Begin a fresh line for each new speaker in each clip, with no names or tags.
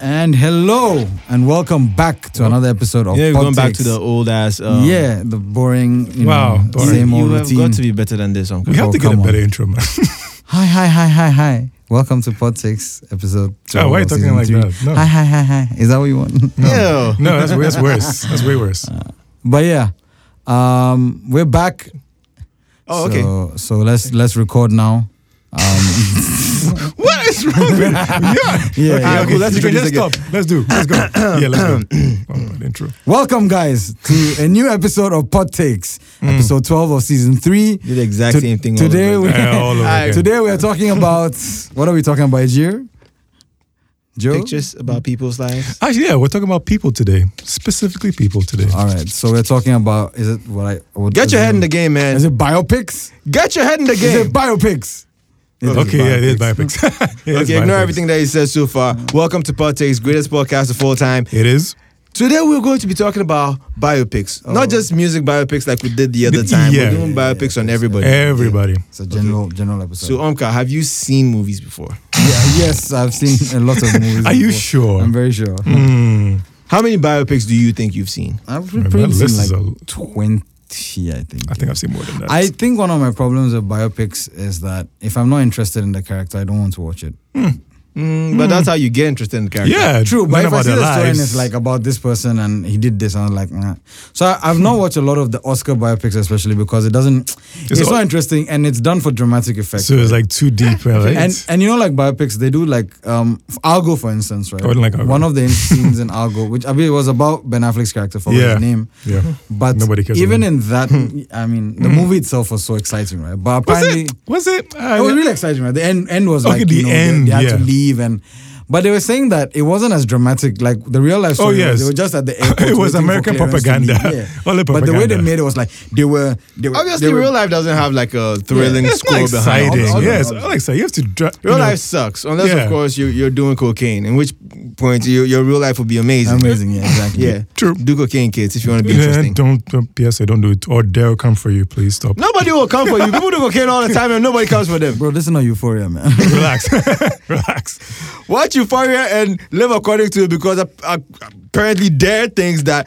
And hello, and welcome back to another episode of
Yeah, we're going back
Podtakes.
to the old ass. Um,
yeah, the boring, you
Oh,
Wow,
know,
boring.
same
you
old
have
routine.
got to be better than this, uncle.
We have
Oh,
to get a
come on.
better intro, man.
Hi, hi, hi, hi, hi. Welcome to Pod Six, episode.
oh,
12
why are you
of
talking
season
like
three.
that?
Oh.
No,
Hi, hi, hi, hi. Is that what you want?
No.
no, that's, that's worse. That's way worse.
but yeah, um, we're back.
Oh, okay.
So, so let's let's record now. Um,
What is wrong with
yeah,
Okay,
yeah.
okay, let's do
let's
this again.
stop. Let's do. Let's go. Yeah, let's go. Oh, my intro.
Welcome, guys, to a new episode of Pod Takes,
Mm.
episode twelve of season three.
Did the exact
To-
same thing.
today
over
we-
again.
Yeah, all over
Alright,
again.
Today we are talking about what are we talking about, Jir? Joe.
pictures about people's lives.
Actually, yeah, we're talking about people today, specifically people today.
All right, so we're talking about is it what I what,
Get
is
your
it-
head in the game,
Is
man.
it biopics?
Get your head in the
Is it
game.
biopics? It is
okay, yeah, it is
biopics.
biopics. It is
Okay, ignore
biopics.
everything that he said so far. Welcome to Partakes, greatest podcast of all time.
It is.
Today we're going to be talking about biopics, not just music biopics like we did the other
The-
time.
yeah.
We're doing biopics on everybody.
Everybody.
It's a general general episode.
So, um, Omka, have you seen movies before?
Yeah, yes, I've seen a lot of movies.
Are you
before.
sure?
I'm very sure.
Mm.
How many biopics do you think you've seen?
I've
Man,
pretty much
that
seen
list is
like
a-
twenty, I think.
I think I've seen more than that.
I think one of my problems with biopics is that if I'm not interested in the character, I don't want to watch it.
Mm, but that's how you get interested in the character.
yeah,
True, but if
learn
I
about
see the
their
story and
lives.
it's like about this person and he did this, I'm like, nah. So I, I've not watched a lot of the Oscar biopics, especially because it doesn't, it's,
all-
not interesting and it's done for dramatic effect.
so it's like too deep, right?
and and you know like biopics they do like um f- Argo for instance right
Oh, I wouldn't like Argo.
one of the in- scenes in Argo which I mean it was about Ben Affleck's character for
Yeah.
his name
yeah.
but
Nobody cares
even
about
in that I mean the movie itself was so exciting right but
Was
apparently
it? Was it? I-
it was Oh, really exciting right the end end was
Okay,
like
the
you know, they-
end,
they, had to
yeah.
leave and but they were saying that it wasn't as dramatic like the real life
Oh,
story was
yes.
they were just at the airport
It was
waiting for
American
clearance to leave.
propaganda. Only
but the way they
propaganda.
made it was like they were they were
Obviously,
they were,
real life doesn't have like a thrilling
It's
score
not
behind
exciting.
it.
All- all-
yes,
all-
all exciting. You have to. Dra-
Real
you know,
life sucks, unless
Yeah.
of course you, you're doing cocaine. In which point your your real life will be amazing.
amazing yeah exactly
Yeah,
True.
Do cocaine, kids, if you want to be
Yeah,
interesting.
don't. uh, Yes, I don't do it. Or they'll come for you. Please stop.
Nobody will come for you. People do cocaine all the time, and nobody comes for them.
bro this is not euphoria man
Relax. Relax.
Watch Euphoria and live according to it because ap- ap- apparently there are things that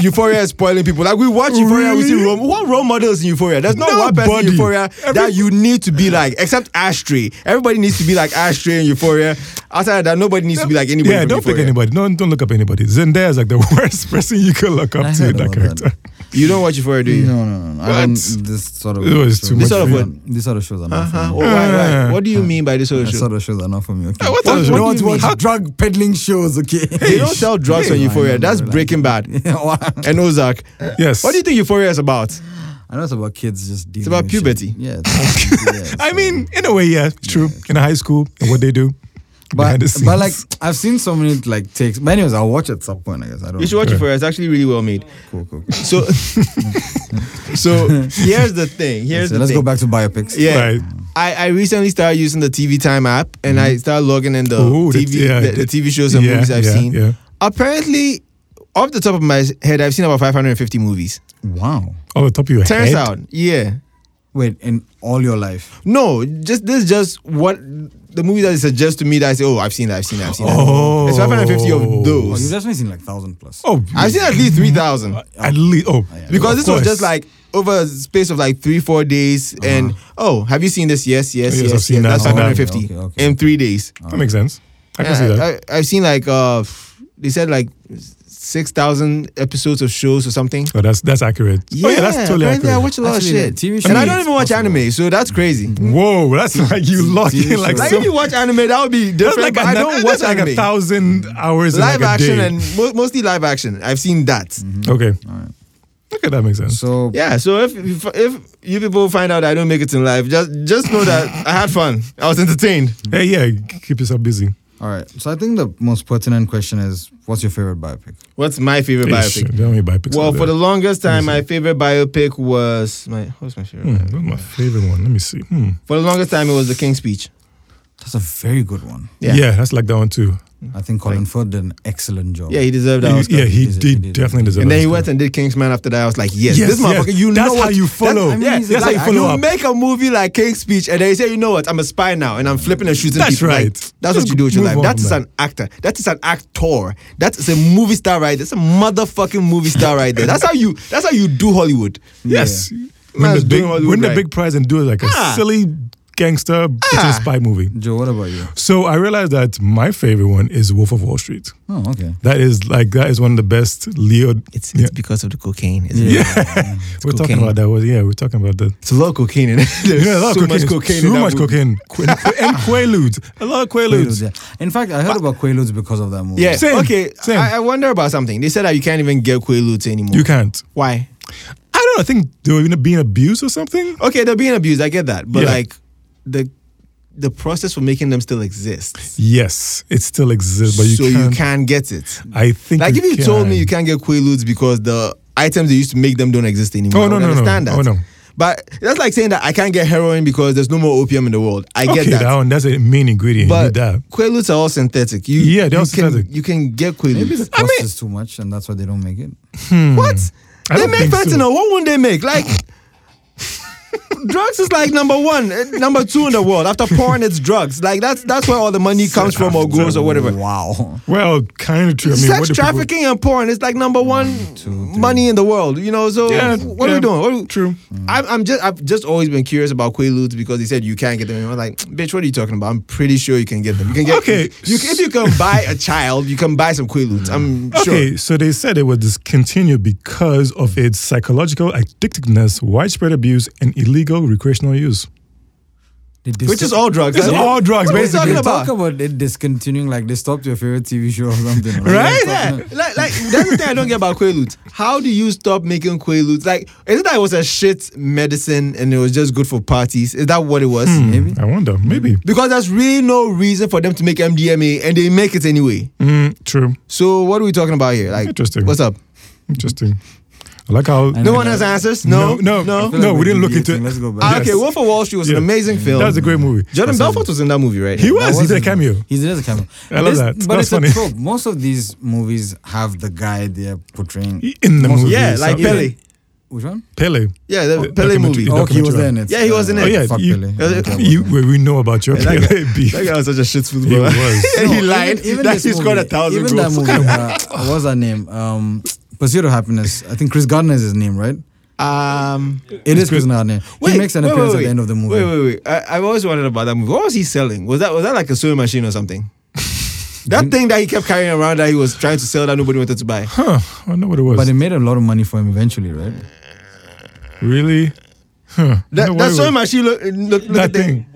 Euphoria is spoiling people. Like we watch Euphoria, we see
Really?
role, what role models in Euphoria. There's not one person in
Nobody.
Euphoria that
Every-
you need to be like, except Ashtray. Everybody needs to be like Ashtray in Euphoria. Outside of that, nobody needs to be like anybody.
yeah,
from
don't pick
Euphoria.
anybody. No, don't look up anybody. Zendaya is like the worst person you could look up
I
to
heard
in
about
that
that.
character.
You don't watch Euphoria, do you?
No, no, no. I
What?
don't. This sort of
It was too
shows- These
much Uh-huh.
sort of
for
what? These sort of shows are not
Huh?
for
Oh,
me.
right, right.
Uh,
What do you mean by this whole
These
show?
sort of shows are not for me. Okay.
Yeah, what
I
sort of show?
don't want to
What
watch
do you mean?
drug peddling shows. Okay.
They don't sell drugs on
Yeah, I
Euphoria.
know,
That's
right.
Breaking Bad
I
and Ozark.
Yes.
What do you think Euphoria is about?
know it's about kids just dealing.
about
with shit.
puberty.
Yeah. It's about puberty, yeah,
I
so-
mean, in a way, yeah, it's true. In high school, and what they do.
but
behind the
but
scenes.
like I've seen so many like takes. But anyways, I'll watch at some point. I guess I don't.
You should
Uh,
watch Euphoria. It's actually really well made.
Cool, cool. cool.
So, so here's the thing. Here's
So
the
let's
thing.
go back to biopics.
Yeah,
Right.
I, I recently started using the TV Time app, and
Mm-hmm.
I started logging in the
Ooh, the-
TV
yeah,
the, the
it-
TV shows and
yeah,
movies I've
yeah,
seen.
yeah.
Apparently, off the top of my head, I've seen about 550 movies.
Wow.
On Oh, the top of your
Turns
head.
out, yeah,
Wait, in all your life.
no, just this is just what the movie that they suggest to me that I say, oh, I've seen that, I've seen that, I've seen that.
Oh.
It's 550 of
Oh, you've
those.
definitely seen like thousand plus.
Oh,
I've seen at least 3,000.
at least. Oh,
Because
of
this
course.
was just like over a space of like three, four days, and oh, have you seen this? Yes, yes,
Uh-huh. Yes,
yes.
I've
yes.
seen that.
That's
Okay,
550
okay, okay.
in three days.
That makes sense. I can
And
see that.
I, have seen like uh, f- they said like six thousand episodes of shows or something.
oh, that's that's accurate. oh, yeah, that's totally
apparently
accurate.
I watch a lot
Actually,
of shit,
TV
and I
shows
don't even watch
possible.
anime, so that's crazy.
Whoa, that's like you lock in like,
Like
some,
if you watch anime, that would be
that's
different.
like
but
a,
I don't watch
that's like
anime.
a thousand hours
live
in like a
action
day. Mm-hmm.
and mo- mostly live action. I've seen that.
okay, okay, that makes sense.
So
Yeah, so if, if if you people find out I don't make it in life, just just know that I had fun. I was entertained.
hey, yeah, keep yourself busy.
All right. So I think the most pertinent question is, what's your favorite biopic?
What's my favorite
Hey,
biopic?
shit, Don't make biopics.
Well,
out
for the
there.
longest time, my favorite biopic was my. What's my favorite?
Hmm,
biopic?
what's my favorite one? Let me see. Hmm.
For the longest time, it was The King's Speech.
That's a very good one.
Yeah.
Yeah. that's like that one too.
I think Colin Firth did an excellent job.
Mm. Yeah, he deserved that.
He-
Oscar.
yeah,
He
he did,
did- he did.
definitely deserve
And then he
Oscar.
went and did Kingsman after that. I was like, yes,
Yes,
this
yes.
motherfucker, you
That's
know
how
what-
you follow.
I mean,
Yeah,
he's
that's how
like-
you follow
You
up.
make a movie like King's Speech and then you say, you know what, I'm a spy now and I'm flipping and shooting
That's
people. Like,
right.
that's what
Just
you do with your
move
life.
on,
That is
man.
an actor. That is an actor. That is a movie star right there. That's a motherfucking movie star right there. That's how you that's how you do Hollywood.
Yes. Win,
Man's
the big,
doing Hollywood
win the
right.
big prize and do it like
Ah.
a silly gangster
Ah.
ah. spy movie.
Joe, what about you?
So I realized that my favorite one is Wolf of Wall Street.
Oh, okay.
That is like that is one of the best Leo.
It's it's
yeah,
because of the cocaine, isn't it?
we're
cocaine.
talking about that. Was yeah, we're talking about that.
It's a lot of cocaine in it. There's
Yeah, a lot
so
of cocaine.
much cocaine.
Too
in that
much
movie.
cocaine. Qu- and qu- and quaaludes. A lot of
Quaaludes,
quaaludes.
yeah. In fact, I heard about Quaaludes because of that movie.
Yeah.
Same,
okay.
same.
I, I wonder about something. They said that you can't even get Quaaludes anymore.
You can't.
Why?
I don't know. I think they were even being abused or something.
Okay, they're being abused. I get that, but
Yeah.
like the the process for making them still exists.
Yes, it still exists, but you
so
can't.
you can't get it.
I think.
Like if you told me you
can.
can't get Quaaludes because the items they used to make them don't exist anymore,
Oh,
I
no,
would
no, no.
understand that.
Oh, no.
But that's like saying that I can't get heroin because there's no more opium in the world. I get
okay,
that.
one that's a main ingredient. you
but
need that.
Quaaludes are all synthetic. You,
Yeah, they're
you
all
can,
synthetic.
You can get
Maybe the
Quaaludes.
cost is too much, and that's why they don't make it.
What?
Hmm. I
They
don't
make
think so.
fentanyl. What would they make? Like, drugs is like number one, eh, number two in the world. After porn, it's drugs. Like that's that's where all the money comes from or goes or whatever.
Wow.
Well, kind of true. I mean, what
Sex
do people-
trafficking and porn is like number one
two, three.
money in the world. You know. So
Yeah,
what are
yeah,
we doing? What are we-
true.
I'm, I'm just I've just always been curious about quaaludes because he said you can't get them. And I'm like, bitch, what are you talking about? I'm pretty sure you can get them. You can get
Okay.
You, if you can buy a child, you can buy some quaaludes. I'm sure.
Okay, so they said it was discontinued because of its psychological addictiveness, widespread abuse, and illegal recreational use.
They dis-
Which is all drugs.
It's
That's
all drugs,
What are we
basically.
talking
They
about?
talk about it discontinuing, like they stopped your favorite TV show or something.
Right?
Like,
Yeah. Like, like that's the thing I don't get about Quaaludes. How do you stop making Quaaludes? Like, is it that it was a shit medicine and it was just good for parties? Is that what it was?
Maybe.
I wonder, Hmm. maybe.
Because there's really no reason for them to make MDMA and they make it anyway.
Mm, true.
So what are we talking about here? Like,
Interesting.
what's up?
Interesting. I like how.
I
No
know.
one has answers. No,
No,
I
no.
feel
No,
we're
we didn't look into
deviating.
it.
Let's go back.
Ah, okay,
Yes.
Wolf of Wall Street was
Yeah.
an amazing film.
That was a great movie.
Jordan
That's a-
Belfort was in that movie, right?
He was. He
That
did a
wasn't-
cameo.
He did a cameo.
I
But
love
it's-
that.
But
That's
it's
funny.
a trope. Most of these movies have the guy they're portraying.
In the
Most of
movie.
Yeah, like
something.
Pele.
Which one?
Pele.
Yeah, the
Oh,
Pele
documentary.
movie.
Oh,
Okay, he was
documentary.
there in it.
Yeah, he was in it.
Uh,
Oh, yeah,
Fuck
you-
Pele.
Uh,
Okay, I
You,
wasn't.
we we know about your
That
Pele beef.
That guy was such a shit
He
footballer.
was.
he
No,
lied.
Even, even
that
this
he scored a
movie-
thousand
even
goals.
that movie, uh, what was her name? Um, Pursuit of Happiness. I think Chris Gardner is his name, right?
Um,
It is Chris
Chris-
Gardner. he makes an
wait,
appearance
wait,
at the end of the movie.
Wait, wait, wait. I, I've always wondered about that movie. What was he selling? Was that was that like a sewing machine or something? that thing that he kept carrying around that he was trying to sell that nobody wanted to buy.
Huh. I don't know what it was.
But it made a lot of money for him eventually, right?
really? Huh.
That,
No, what
that
it
sewing
was.
machine, look, look, look
That
at thing.
thing.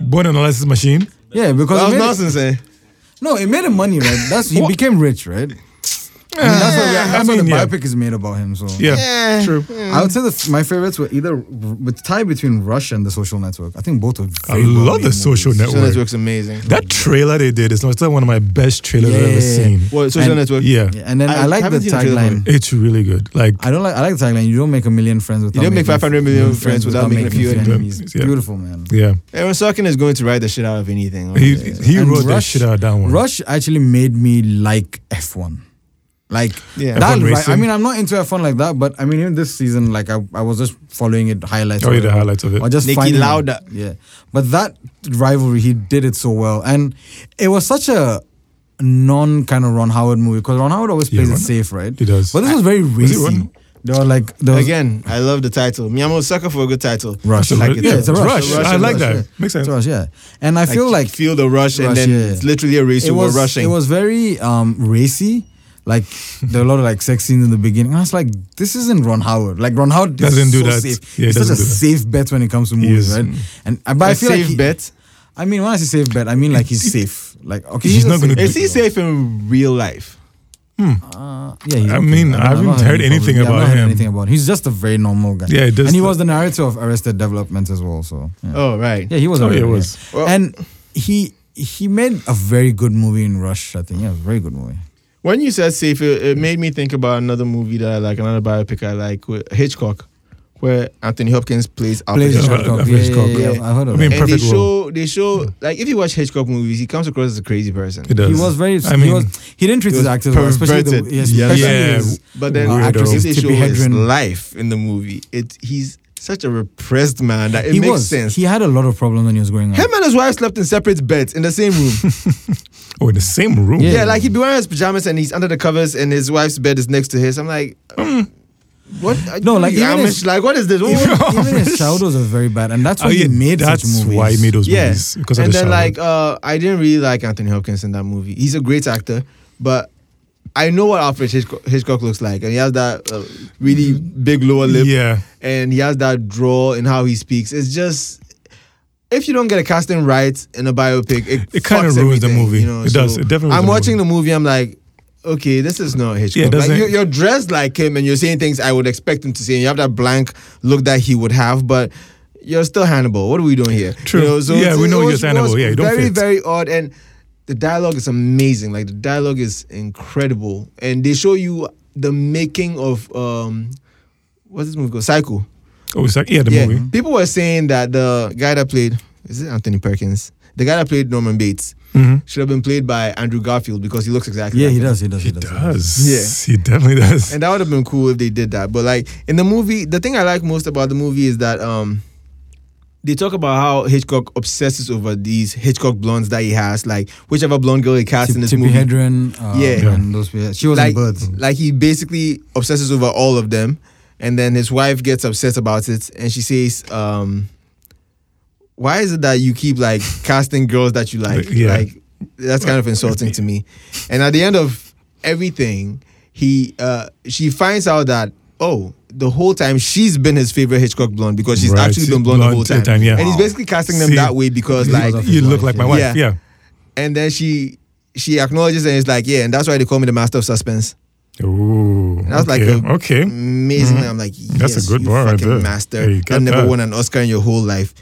Born analysis machine.
Yeah, because
That
it
was
made
nonsense. Eh?
no, it made him money, right? That's he
What?
became rich, right? I mean, that's what, we-
Yeah, I
that's what
mean,
the
yeah.
biopic is made about him. So
Yeah.
Eh.
Yeah.
True.
I would say that my favorites were either with tie between Rush and The Social Network. I think both are.
I
Very
love the
well-made
social
movies.
Social
network.
Network's amazing.
That trailer they did is not it's not one of my best trailers I've
Yeah.
ever seen.
what, Social
And-
Network?
Yeah.
Yeah, and then
I
I, like the
haven't seen the trailer for
tagline.
It's really good. Like
I don't like. I like the tagline. You don't make a million friends without.
don't make
making
500 million friends without making a few
enemies. Yeah.
Beautiful man.
yeah.
Aaron Sorkin is going to write the shit out of anything.
He
honestly.
he
And
wrote that
Rush-
shit out of uh, that one.
Rush actually made me like F1. Like
Yeah.
that.
F1
right- I
racing.
mean, I'm not into F1 like that, but I mean, even this season, like I, I was just following it highlights.
Oh,
or
yeah, the
whatever.
highlights of it.
Or just
Niki
finding out.
Lauda.
Yeah, but that rivalry, he did it so well, and it was such a non kind of Ron Howard movie because Ron Howard always
Yeah,
plays
Ron-
it safe, right?
he does.
But this was very
Was it
racy.
Ron-
They were like there was
Again, I love the title. Me, I'm a sucker for a good title.
Rush.
It's a
Like
Ru-
it's
yeah,
a-
it's a
it's a
rush.
rush,
I
it's a
like
rush,
that.
yeah.
Makes sense.
It's Rush, yeah. And I feel like
feel the rush, and
Rush,
then
yeah.
it's literally a race.
it
you
was
we're rushing.
It was very um, racy. Like there were a lot of like sex scenes in the beginning. I was like, this isn't Ron Howard. Like Ron Howard is
Doesn't do
so
that.
Safe.
Yeah, he
He's such a
doesn't do that.
safe bet when it comes to movies,
is.
right? And uh, but
a
I feel
safe
like he-
bet.
I mean, when I say safe bet, I mean like he's safe. Like okay,
He's
a
not gonna
safe
Is he
bet.
safe in real life?
Uh, yeah, he's
I
okay.
mean,
don't-
I haven't
don't have
heard
any
anything
problem. yeah,
about
I haven't heard
him.
Anything about him. He's just a very normal guy.
Yeah, it does
and he
that.
was the narrator of Arrested Development as well. So yeah.
Oh right.
Yeah, he was.
Oh,
a
yeah,
yeah,
he was.
Well-
and he he made a very good movie in Rush. I think yeah, it was a very good movie.
When you said safe, it, it made me think about another movie that I like, another biopic I like, with Hitchcock, where Anthony Hopkins plays Alfred
Plays
Hitchcock.
Hitchcock.
Alfred
Yeah,
Hitchcock.
yeah, yeah,
Yeah.
I heard of
I mean,
that.
And they
Perfect role.
show they show like if you watch Hitchcock movies, he comes across as a crazy person.
It does.
He was very.
I
he
mean-
was. He didn't treat
He
his
was
actors well, especially the.
perverted.
Yeah,
Yeah.
especially
Yeah.
his-
But then
Wow.
wow.
Actresses
actresses they show
Tippi
his
Hedren.
life in the movie. It he's such a repressed man that it
he
makes
was.
sense.
He had a lot of problems when he was growing up.
him and his wife slept in separate beds in the same room.
oh, in the same room.
Yeah.
yeah, like he'd be wearing his pajamas and he's under the covers and his wife's bed is next to his. I'm like, mm, what?
No, like,
yeah,
even
I'm
if-
like what is this?
even, even his shadows are very bad, and that's
Oh,
why
yeah,
he made
that's
such movies.
why he made those
Yeah.
movies because
and
of the
then
shadow.
like uh, I didn't really like Anthony Hopkins in that movie. He's a great actor, but I know what Alfred Hitchcock, Hitchcock looks like, and he has that uh, really big lower lip,
yeah,
and he has that drawl in how he speaks. It's just if you don't get a casting right in a biopic, it,
It kinda
fucks
ruins the
everything,
movie.
You know?
It does. It definitely ruins
I'm
the
watching
movie.
the movie. I'm like. Okay, this is not
Yeah, it
Hitchcock. like,
doesn't-
you're, you're dressed like him, and you're saying things I would expect him to say. And you have that blank look that he would have, but you're still Hannibal. What are we doing here?
True. Yeah,
it's-
we
it
know
was-
you're
it was
Hannibal. Yeah, you don't
very,
fit.
very odd. And the dialogue is amazing. Like the dialogue is incredible, and they show you the making of um, what's this movie called? Psycho.
oh, it's like yeah, the
yeah,
movie.
people were saying that the guy that played is it Anthony Perkins? The guy that played Norman Bates
hmm
should have been played by Andrew Garfield because he looks exactly.
Yeah,
like
he
him.
does. He does.
He
He does.
does. Yeah, he definitely does.
And that would have been cool if they did that. But like in the movie, the thing I like most about the movie is that um they talk about how Hitchcock obsesses over these Hitchcock blondes that he has, like whichever blonde girl he casts in this
Tippi
movie.
Hedren. um,
Yeah.
and those. pe- She was in
Like,
Birds.
like he basically obsesses over all of them. And then his wife gets upset about it and she says, um, why is it that you keep like casting girls that you like?
Yeah.
Like that's kind of insulting to me. And at the end of everything, he uh she finds out that oh, the whole time she's been his favorite Hitchcock blonde because she's
Right.
actually been blonde, the
Blonde
whole
the
time.
time, yeah.
And he's
Wow.
basically casting them
See,
that way because like
of his
you look
wife,
like my
yeah.
wife.
Yeah.
Yeah,
and then she she acknowledges and it's like, yeah, and that's why they call me the master of suspense.
Ooh,
That's like
okay.
a- Mm,
okay. Mm-hmm.
Amazing. I'm like, yes,
That's a good
you
bar right
fucking
there.
master.
Hey, you
I've
got
never
that.
won an Oscar in your whole life.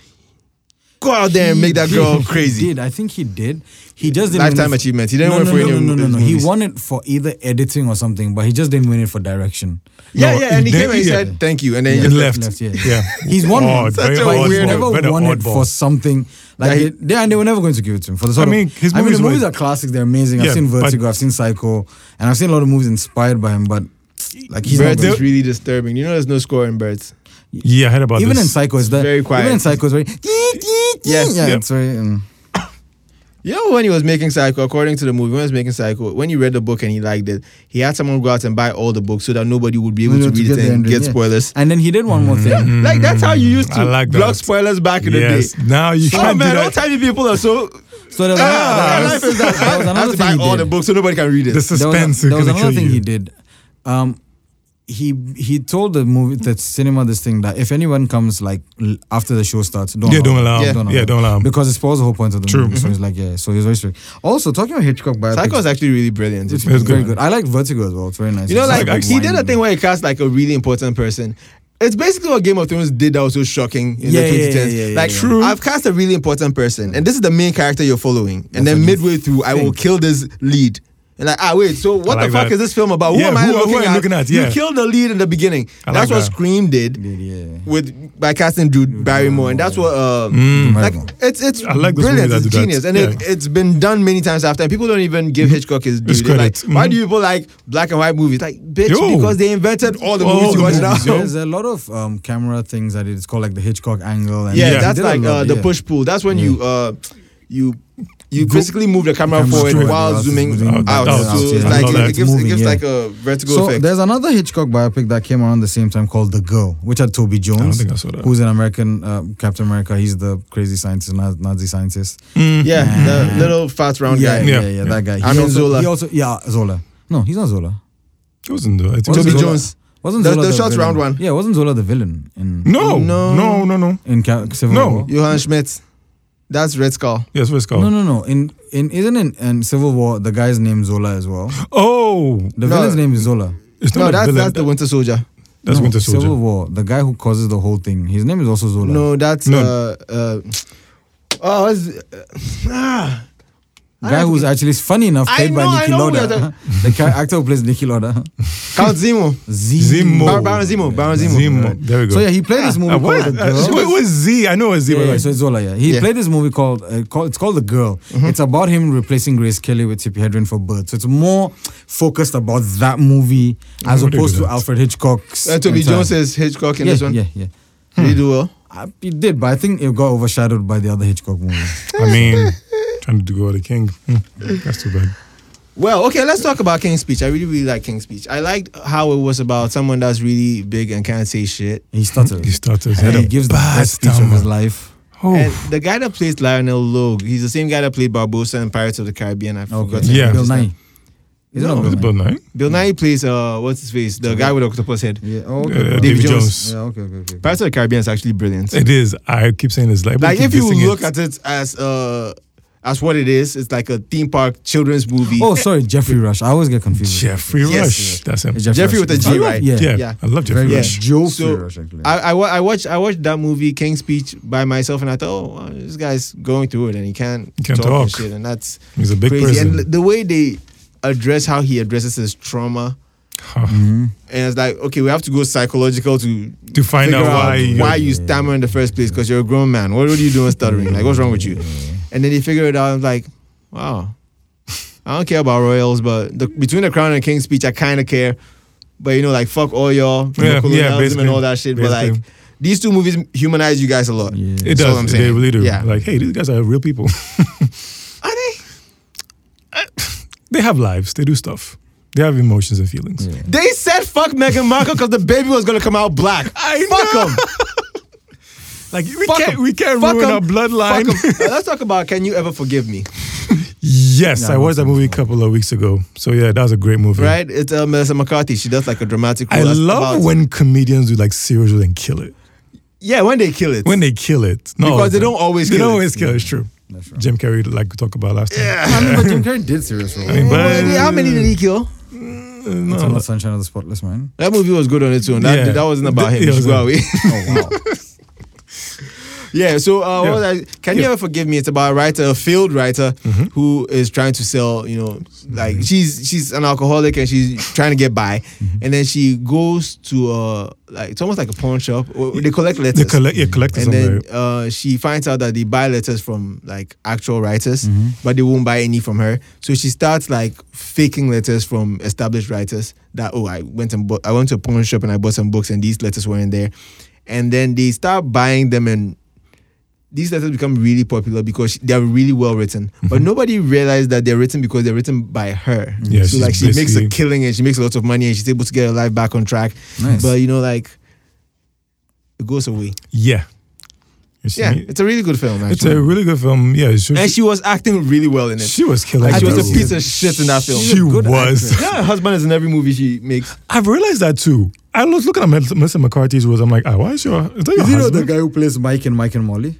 Go out there and
He
make that
did.
girl
He
crazy.
did. I think he did. He just didn't
Lifetime
win it-
achievements. He didn't
no,
win
no,
for
no,
any
no,
of
no,
those
no, no. He
movies.
won it for either editing or something, but he just didn't win it for direction.
Yeah,
No,
yeah. And he
they-
came and he
yeah.
said, thank you. And then he
It
just
left.
yeah.
Yeah,
He's won
Odd,
one, but
Oh, very
he's
a odd ball,
never
very
won
odd
it
ball.
for something like
That he-
they, they, they were never going to give it to him for the sort
I
of-
mean, his
I mean,
movies
the
were-
movies are classics. They're amazing.
Yeah,
I've seen
but-
Vertigo. I've seen Psycho, and I've seen a lot of movies inspired by him. But like he's not
Birds
gonna-
is really disturbing. You know, there's no score in birds.
yeah. I heard about
even in
this.
Psycho is that
very quiet.
Even in Psycho is very
Yes.
yeah,
Yeah.
it's very. Um,
You know, when he was making Psycho, according to the movie, when he was making Psycho, when he read the book and he liked it, he had someone go out and buy all the books so that nobody would be able
We
to
were
read it
together
and
and
get
yeah.
spoilers.
and then he did one more thing.
Mm-hmm.
Like, that's how you used to
I like
block
that.
spoilers back in
yes.
the day.
Now you
Oh
can't
man, all
do that.
tiny people are so.
So there was,
Ah,
another,
life is that.
there was
I have
another
to
thing he
buy
did.
all the books so nobody can read it.
The suspense
There was,
is
there was
gonna kill
another thing
you.
he did. Um, he he told the movie the cinema this thing that if anyone comes like l- after the show starts, don't
Yeah, don't allow
Yeah.
him. Yeah, don't allow him.
because it spoils the whole point of the
True. Mm-hmm.
movie. So he's like, yeah. So he's very strict. Also, talking about Hitchcock biopics,
Psycho is actually really brilliant.
it's
It's
very
good.
good. I like Vertigo as well. It's very nice.
You know,
It's
like,
like
he did a
wine.
thing where he cast like a really important person. It's basically what Game of Thrones did that was so shocking in
Yeah,
the
yeah,
2010s.
yeah, yeah, yeah,
like,
yeah.
True.
I've cast a really important person, and this is the main character you're following.
That's
And then
what you
midway through, I will
think.
kill this lead. And like, ah, wait, so what
I
the
like
fuck
that.
is this film about? Who
Yeah,
am I
who- who
looking,
am I
at?
looking at? Yeah.
You killed the lead in the beginning.
I
that's
like
what
that.
Scream did
Yeah.
with by casting Drew Barrymore, and that's what uh, like
Barrymore.
it's it's
Mm. I like those
brilliant,
movies
it's
that do that.
genius, and it,
Yeah. Mm-hmm.
it's been done many times after. And people don't even give Hitchcock his due.
His
They're Like,
credit.
why
Mhm.
do people like black and white movies? Like, bitch,
Yo.
because they invented all the
All
movies
the
you watch now.
movies, yo.
There's a lot of um, camera things that it's called like the Hitchcock angle. And
Yeah,
Yeah.
that's
He did a
like
lot,
uh, the
yeah.
push pull. That's when you uh, you you basically move the camera
Camera
forward
straight Oh,
while
out,
zooming
zooming
out.
out,
So
yeah.
it's
I
like
love
it
that.
gives it
Moving,
gives
yeah.
like a vertigo
So
effect.
there's another Hitchcock biopic that came around the same time called The Girl, which had Toby Jones,
think I saw that.
who's an American uh, Captain America. He's the crazy scientist, Na- Nazi scientist.
Mm.
Yeah, the little fat round
yeah,
guy.
yeah,
Yeah.
yeah, that guy. He
I mean
also,
Zola.
He also, yeah, Zola. No, he's not Zola.
It wasn't though. I think it
Toby
was-
Zola-
Jones.
Wasn't
The-
Zola
the
the
short
villain?
round one.
Yeah, wasn't Zola the villain in
No,
No.
no, no, no.
in Ca- Civil
No.
War?
Johann Schmidt. That's Red Skull.
Yes, what's it
No,
called?
no, no. In in isn't in, in Civil War the guy's name Zola as well.
Oh,
The
No.
villain's name is Zola.
it's not
No,
a
that's
villain.
that's the Winter Soldier.
That's
no,
Winter Soldier.
Civil War. The guy who causes the whole thing. His name is also Zola.
uh, No, that's
No.
uh uh oh it's, uh, ah I
guy
don't
who's
think-
actually funny enough
I
played
know,
by
I
Nicky
know who
Lauda.
you're
the ca- actor who plays Nicky Lauda.
Count Zemo.
Zemo.
Bar- Baron Zemo, Baron Zemo.
Zemo. There we go.
So yeah, he played this movie
Uh,
called
what?
The Girl.
Uh, It was Z. I know it was Z.
Yeah,
but
yeah,
like-
so it's Zola, yeah. He
Yeah. Mm-hmm.
played this movie called, uh, called it's called The Girl. It's about him replacing Grace Kelly with Tippi Hedren for Bird. So it's more focused about that movie as
would they
opposed
do
to
that?
Alfred Hitchcock's.
Uh, Toby
entire-
Jones says Hitchcock in
yeah,
this one.
yeah, yeah.
Did he do well?
Uh, It did, but I think it got overshadowed by the other Hitchcock movie.
I mean, trying to do God the King. Hmm, That's too bad.
Well, okay, let's talk about King's Speech. I really, really like King's Speech. I liked how it was about someone that's really big and can't say shit.
He started.
He started.
and
had
he
a
gives the
bad
best speech of
stomach.
his life.
Oh,
And the guy that plays Lionel Logue, he's the same guy that played Barbosa in Pirates of the Caribbean. I forgot.
Okay.
his name.
Yeah.
Bill Nye. Is it
No.
not
was
Bill
it
Nye?
Bill Nye?
Bill Nye plays uh, what's his face, the guy with the octopus head.
Yeah. Oh,
Uh,
okay.
David,
David Jones.
Jones.
Yeah. Okay. Okay. okay, okay.
Pirates of the Caribbean is actually brilliant.
It is. I keep saying this. Like,
Like
keep
if you
dissing
look
it.
at it as uh, as what it is, it's like a theme park children's movie.
Oh, sorry, Jeffrey Rush. I always get confused. with
Jeffrey
Yes.
Rush, that's him.
It's
Jeffrey
Rush.
with a G,
I love-
right?
Yeah.
yeah,
yeah.
I love Jeffrey
Very
Yeah.
good.
Rush.
Joe
So,
Rush, actually.
I, I, wa- I watched I watched that movie King's Speech by myself, and I thought, oh, wow, this guy's going through it, and he can't,
He can't
and
talk.
shit, and that's
He's a big
crazy.
person.
And the way they address how he addresses his trauma,
Mhm.
and it's like, okay, we have to go psychological to
to find
figure
out
out
why. you-
why you stammer in the first place because you're a grown man. What, what are you doing stuttering? Like, what's wrong with you? And then they figure it out. I'm like, wow, I don't care about royals, but the, between the crown and king's speech, I kind of care. But you know, like, fuck all y'all, you know,
Yeah, yeah,
colonialism
basically.
and all that shit. But like,
Basically.
these two movies humanize you guys a lot.
Yeah.
It
That's all
does.
I'm
They
saying.
really do.
Yeah.
Like, hey, these guys are real people.
Are they?
they have lives. They do stuff. They have emotions and feelings.
Yeah.
They said fuck Meghan Markle because the baby was gonna come out black.
I
fuck them.
Like we
Fuck
can't,
'em.
we can't
Fuck
ruin
'em.
our bloodline.
Let's talk about can you ever forgive me?
yes,
Yeah,
I watched that movie a couple of weeks ago. So yeah, that was a great movie.
Right? It's uh, Melissa McCarthy. She does like a dramatic.
I
role that's
love
about-
when comedians do like serious and kill it.
yeah when they kill it.
When they kill it, no,
Because they don't always
they
kill
don't
it.
always kill. It's true.
That's right.
Jim Carrey, like we talked about last time. Yeah,
I mean, but Jim Carrey did serious role.
mean,
It's
but-
How many- how many did he kill?
on
no,
the Sunshine of the Spotless Mind.
That movie was good on its own. That,
Yeah.
that wasn't about him.
Yeah,
You should go
it
away.
Oh wow.
yeah. So uh,
Yeah.
what was I, can you
Yeah.
ever forgive me? It's about a writer, a failed writer, who is trying to sell. You know, like she's she's an alcoholic and she's trying to get by, and then she goes to uh like it's almost like a pawn shop. Or they collect letters.
they collect, yeah, collect
and
somewhere.
then uh, she finds out that they buy letters from like actual writers,
Mm-hmm.
but they won't buy any from her. So she starts like faking letters from established writers that oh I went and bought, I went to a pawn shop and I bought some books and these letters weren't there, and then they start buying them and these letters become really popular because they are really well written. But nobody realized that they're written because they're written by her.
Mm-hmm. Yeah,
so
she's
like she makes a
basically-
killing and she makes a lot of money and she's able to get her life back on track.
Nice.
But you know like. It goes away.
yeah, It's-
Yeah, it's a really good film. Actually.
it's a really good film. Yeah, it's just-
and she was acting really well in it.
She was killing.
Like, she
it.
was a
She's
piece of shit in that film.
She was.
yeah, her husband is in every movie she makes.
I've realized that too. I was looking at Mel- Melissa McCarthy's roles. I'm like, ah, why is your is that your
Is he not
husband?
the guy who plays Mike and Mike and Molly?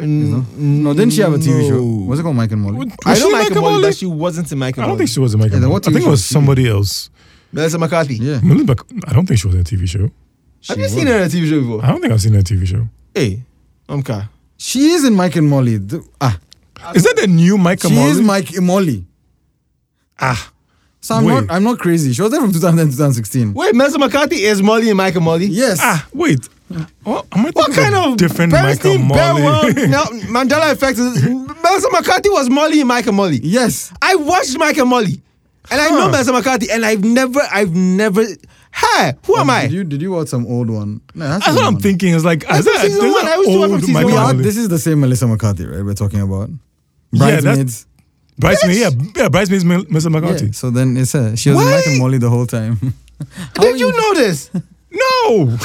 No,
No, didn't she have a TV show? Was it called Mike and Molly?
Was
I
she
don't like
Michael
Molly,
Molly?
Mm, but she wasn't in Michael
I don't
Molly.
think she was a Michael.
then
Molly.
what
I think
TV
it was
show?
somebody else.
Melissa McCarthy.
Yeah.
Melissa Mc- I don't think she was in a TV show.
Have
She
you seen
was.
her in a TV show before?
I don't think I've seen her in a TV show.
Hey, Omka.
She is in Mike and Molly. The- ah,
Uh,
Is that the new Michael?
she
Molly?
is Mike and Molly.
ah,
So I'm
Wait.
not. I'm not crazy. She was there from 2010 2016.
Wait, Melissa McCarthy is Molly and Michael Molly?
Yes.
ah, wait. What, am I
What
thinking
kind of
different Michael
Bernstein Bear
Molly?
World- no, Mandela effect? Is, Melissa McCarthy was Molly and Michael Molly.
Yes.
I watched Mike and Molly, and I know
Huh.
Melissa McCarthy, and I've never, I've never. Hi, who am I?
Did you did you watch some old one? No, that's
That's
the
what I'm
one.
thinking. It's like is
from
that,
season
there's
one.
an
I used to watch
old
from season
Michael
We are-
Molly.
this is the same Melissa McCarthy, right? We're talking about
Yeah, that's-
bridesmaids.
Bridesmaid, yeah, yeah, bridesmaid's Mel- Melissa McCarthy.
Yeah, so then it's her. She was
Why?
in Mike and Molly the whole time. How
Did
are
you know this?
No,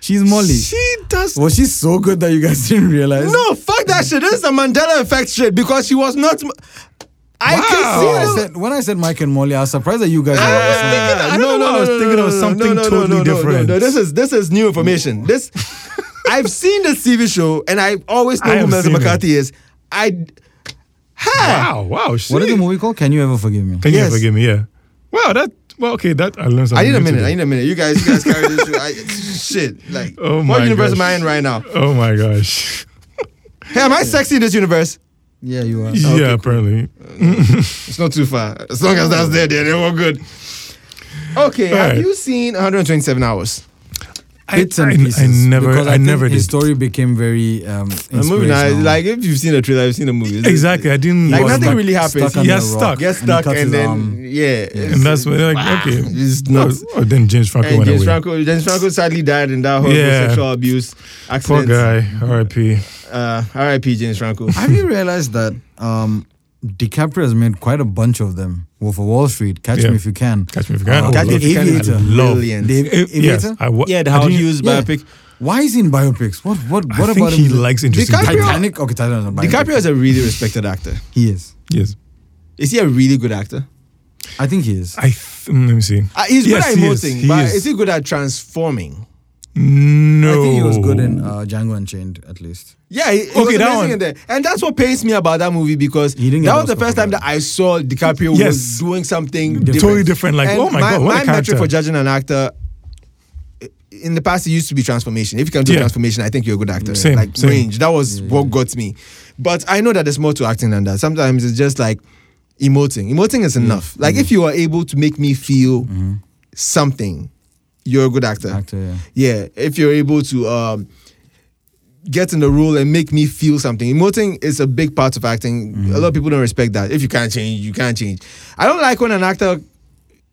She's Molly.
She does.
Was she so good that you guys didn't realize?
No, fuck that shit. This is the Mandela effect shit because she was not. m- I
See, when I
can see this.
said when I said Mike and Molly, I was surprised that you guys.
Ah,
I was
were
thinking,
I
no,
don't know
no,
why I was
no, no,
thinking
no,
of
no,
something
no, no, no,
totally
no, no,
different.
No, this is this is new information. This I've seen this TV show and I always know
I
who
have
Melissa
seen it.
McCarthy is. I, ha!
wow, wow. She,
What is the movie called? Can you ever forgive me?
Can
Yes.
you forgive me? Yeah. Wow, that. Well, okay, that I learned something.
I need a
new
minute.
today.
I need a minute. You guys, you guys carry this. Through. I, shit, like,
Oh
what
my
universe
gosh.
am I in right now?
Oh my gosh.
Hey, am I sexy in this universe?
Yeah, you are.
yeah,
cool.
apparently.
It's not too far. As long as that's there, then we're good. Okay, have
Alright.
you seen 127 hours?
Bits and
I,
pieces.
I never,
because
I,
think
never
His
did.
story became very um,
The movie, now,
inspirational.
like if you've seen the trailer, you've seen the movie. It's-
Exactly, I didn't.
Like,
He was
watch
nothing
that.
really happens.
on
Yeah,
the
stuck.
rock
Get
and he
stuck
cut
and,
his
then
arm.
yeah,
and that's when they're like, okay,
it's
no.
nuts.
Oh, then James Franco
And
went
James
away.
Franco, James Franco sadly died in that horrible
Yeah.
sexual abuse
Poor
accident.
guy, R.I.P.
Uh, R.I.P. James Franco.
Have you realized that um, DiCaprio has made quite a bunch of them? Wolf of Wall Street, Catch
Yeah.
Me If You Can.
Catch me if you can.
Oh,
I
Catch
That
Me
love
if
it.
you can is
is
love-
brilliant.
The
Yes,
Aviator?
I wa-
Yeah, the
I
Howard
didn't-
Hughes
Yeah.
biopic.
Why is he in biopics? What what
I
what
think
about him?
he likes interesting
DiCaprio-
people.
Titanic? Okay, Titanic is a biopic.
DiCaprio is a really respected actor.
He is.
Yes,
Is he a really good actor?
I think he is.
I th- mm, let me see.
Uh, he's
Yes,
good at
he is.
emoting,
He
but
is.
is he good at transforming?
No,
I think he was good in uh, Django Unchained, at least.
Yeah, he, he was
Okay, that
amazing
one.
in there. And that's what pains me about that movie because
He didn't get
that was the
Oscar
first
for
time
that.
that I saw DiCaprio
Yes.
was doing something different.
Totally different. Like,
And
oh my god, what
my
a character!
metric for judging an actor i- in the past it used to be transformation. If you can do
Yeah.
transformation, I think you're a good actor.
Same,
like
same.
range. That was what got me. But I know that there's more to acting than that. Sometimes it's just like emoting. Emoting is enough. Like if you are able to make me feel
Mm-hmm.
something, you're a good
Actor, yeah.
yeah, if you're able to um, get in the role and make me feel something. Emoting is a big part of acting. A lot of people don't respect that. If you can't change, you can't change. I don't like when an actor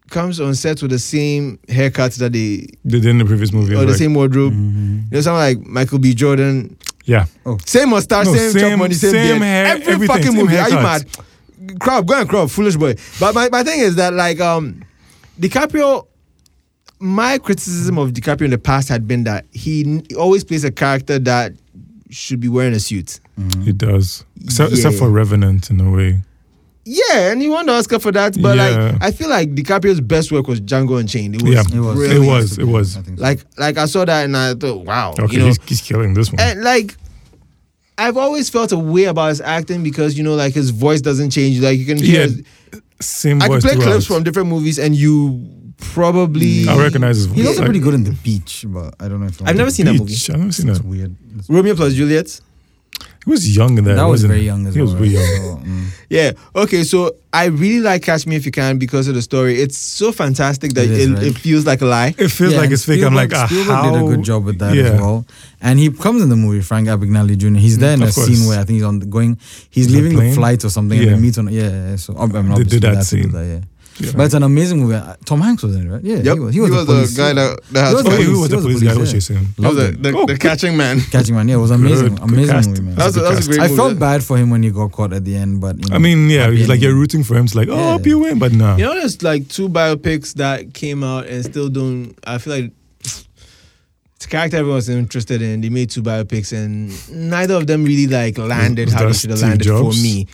comes on set with the same haircut that they
They did in the previous movie.
or Oh, the
like-
same wardrobe. You know, someone like Michael B. Jordan,
Yeah,
same mustache,
No,
same,
same-
chop money, same,
same
beard.
hair,
Every
everything,
fucking
same
movie. Are you mad?
haircut.
Crop, go and crop, foolish boy. But my, my thing is that like um DiCaprio my criticism of DiCaprio in the past had been that he n- always plays a character that should be wearing a suit.
he does. Except, except
Yeah.
for Revenant in a way.
Yeah, and he won the Oscar for that. But
Yeah.
like I feel like DiCaprio's best work was Django Unchained. It was,
Yeah.
It was.
really-
It was, it was.
I think so.
like like I saw that and I thought, wow.
Okay,
you know,
he's, he's killing this one.
and like I've always felt a way about his acting because you know, like his voice doesn't change. Like you can hear,
Yeah, same
I can
voice
play
throughout.
clips from different movies, and you probably
I recognize his voice.
He's also
Like,
pretty good in The Beach, but I don't know if
I've never seen that movie.
Beach, I've never seen
It's
that.
weird. It's-
Romeo plus Juliet.
He was young in that.
that was
wasn't
very
he?
young as
He
well.
was very
right?
young.
So, mm.
Yeah. Okay. So I really like Catch Me If You Can because of the story. It's so fantastic that
It
it,
is,
it,
right?
feels like a lie.
It feels
Yeah,
like
and
it's fake. I'm like,
Spielberg-
ah,
Spielberg
how?
did a good job with that
yeah. Mm,
as well. And he comes in the movie, Frank Abagnale Jr. He's there in
Of
a
course.
scene where I think he's on the- going, he's
The
leaving the
plane?
flight or something, and
Yeah.
they meet on. Yeah, yeah, yeah. so ob- I mean,
They
obviously
did that
they had to do
scene.
yeah.
Yeah.
But it's an amazing movie. Uh, Tom Hanks was in it, right? Yeah, he was. He was, the, police.
that
He was
Oh,
the
he
police,
was the police guy who was chasing him.
Loved it.
Oh, good.
catching man.
Catching Man. Yeah, it was amazing,
Good, good
amazing
cast.
movie, man.
That was, a- that was a great
I
movie.
felt bad for him when he got caught at the end, but you know,
I mean, yeah,
happy
he's like
ending.
you're rooting for him. It's like, oh,
Yeah.
hope you win, but nah.
You know, there's like two biopics that came out and still don't. I feel like it's a character everyone's interested in. They made two biopics and neither of them really like landed
Was
how they
that
should have
Steve
landed
Jobs?
for me.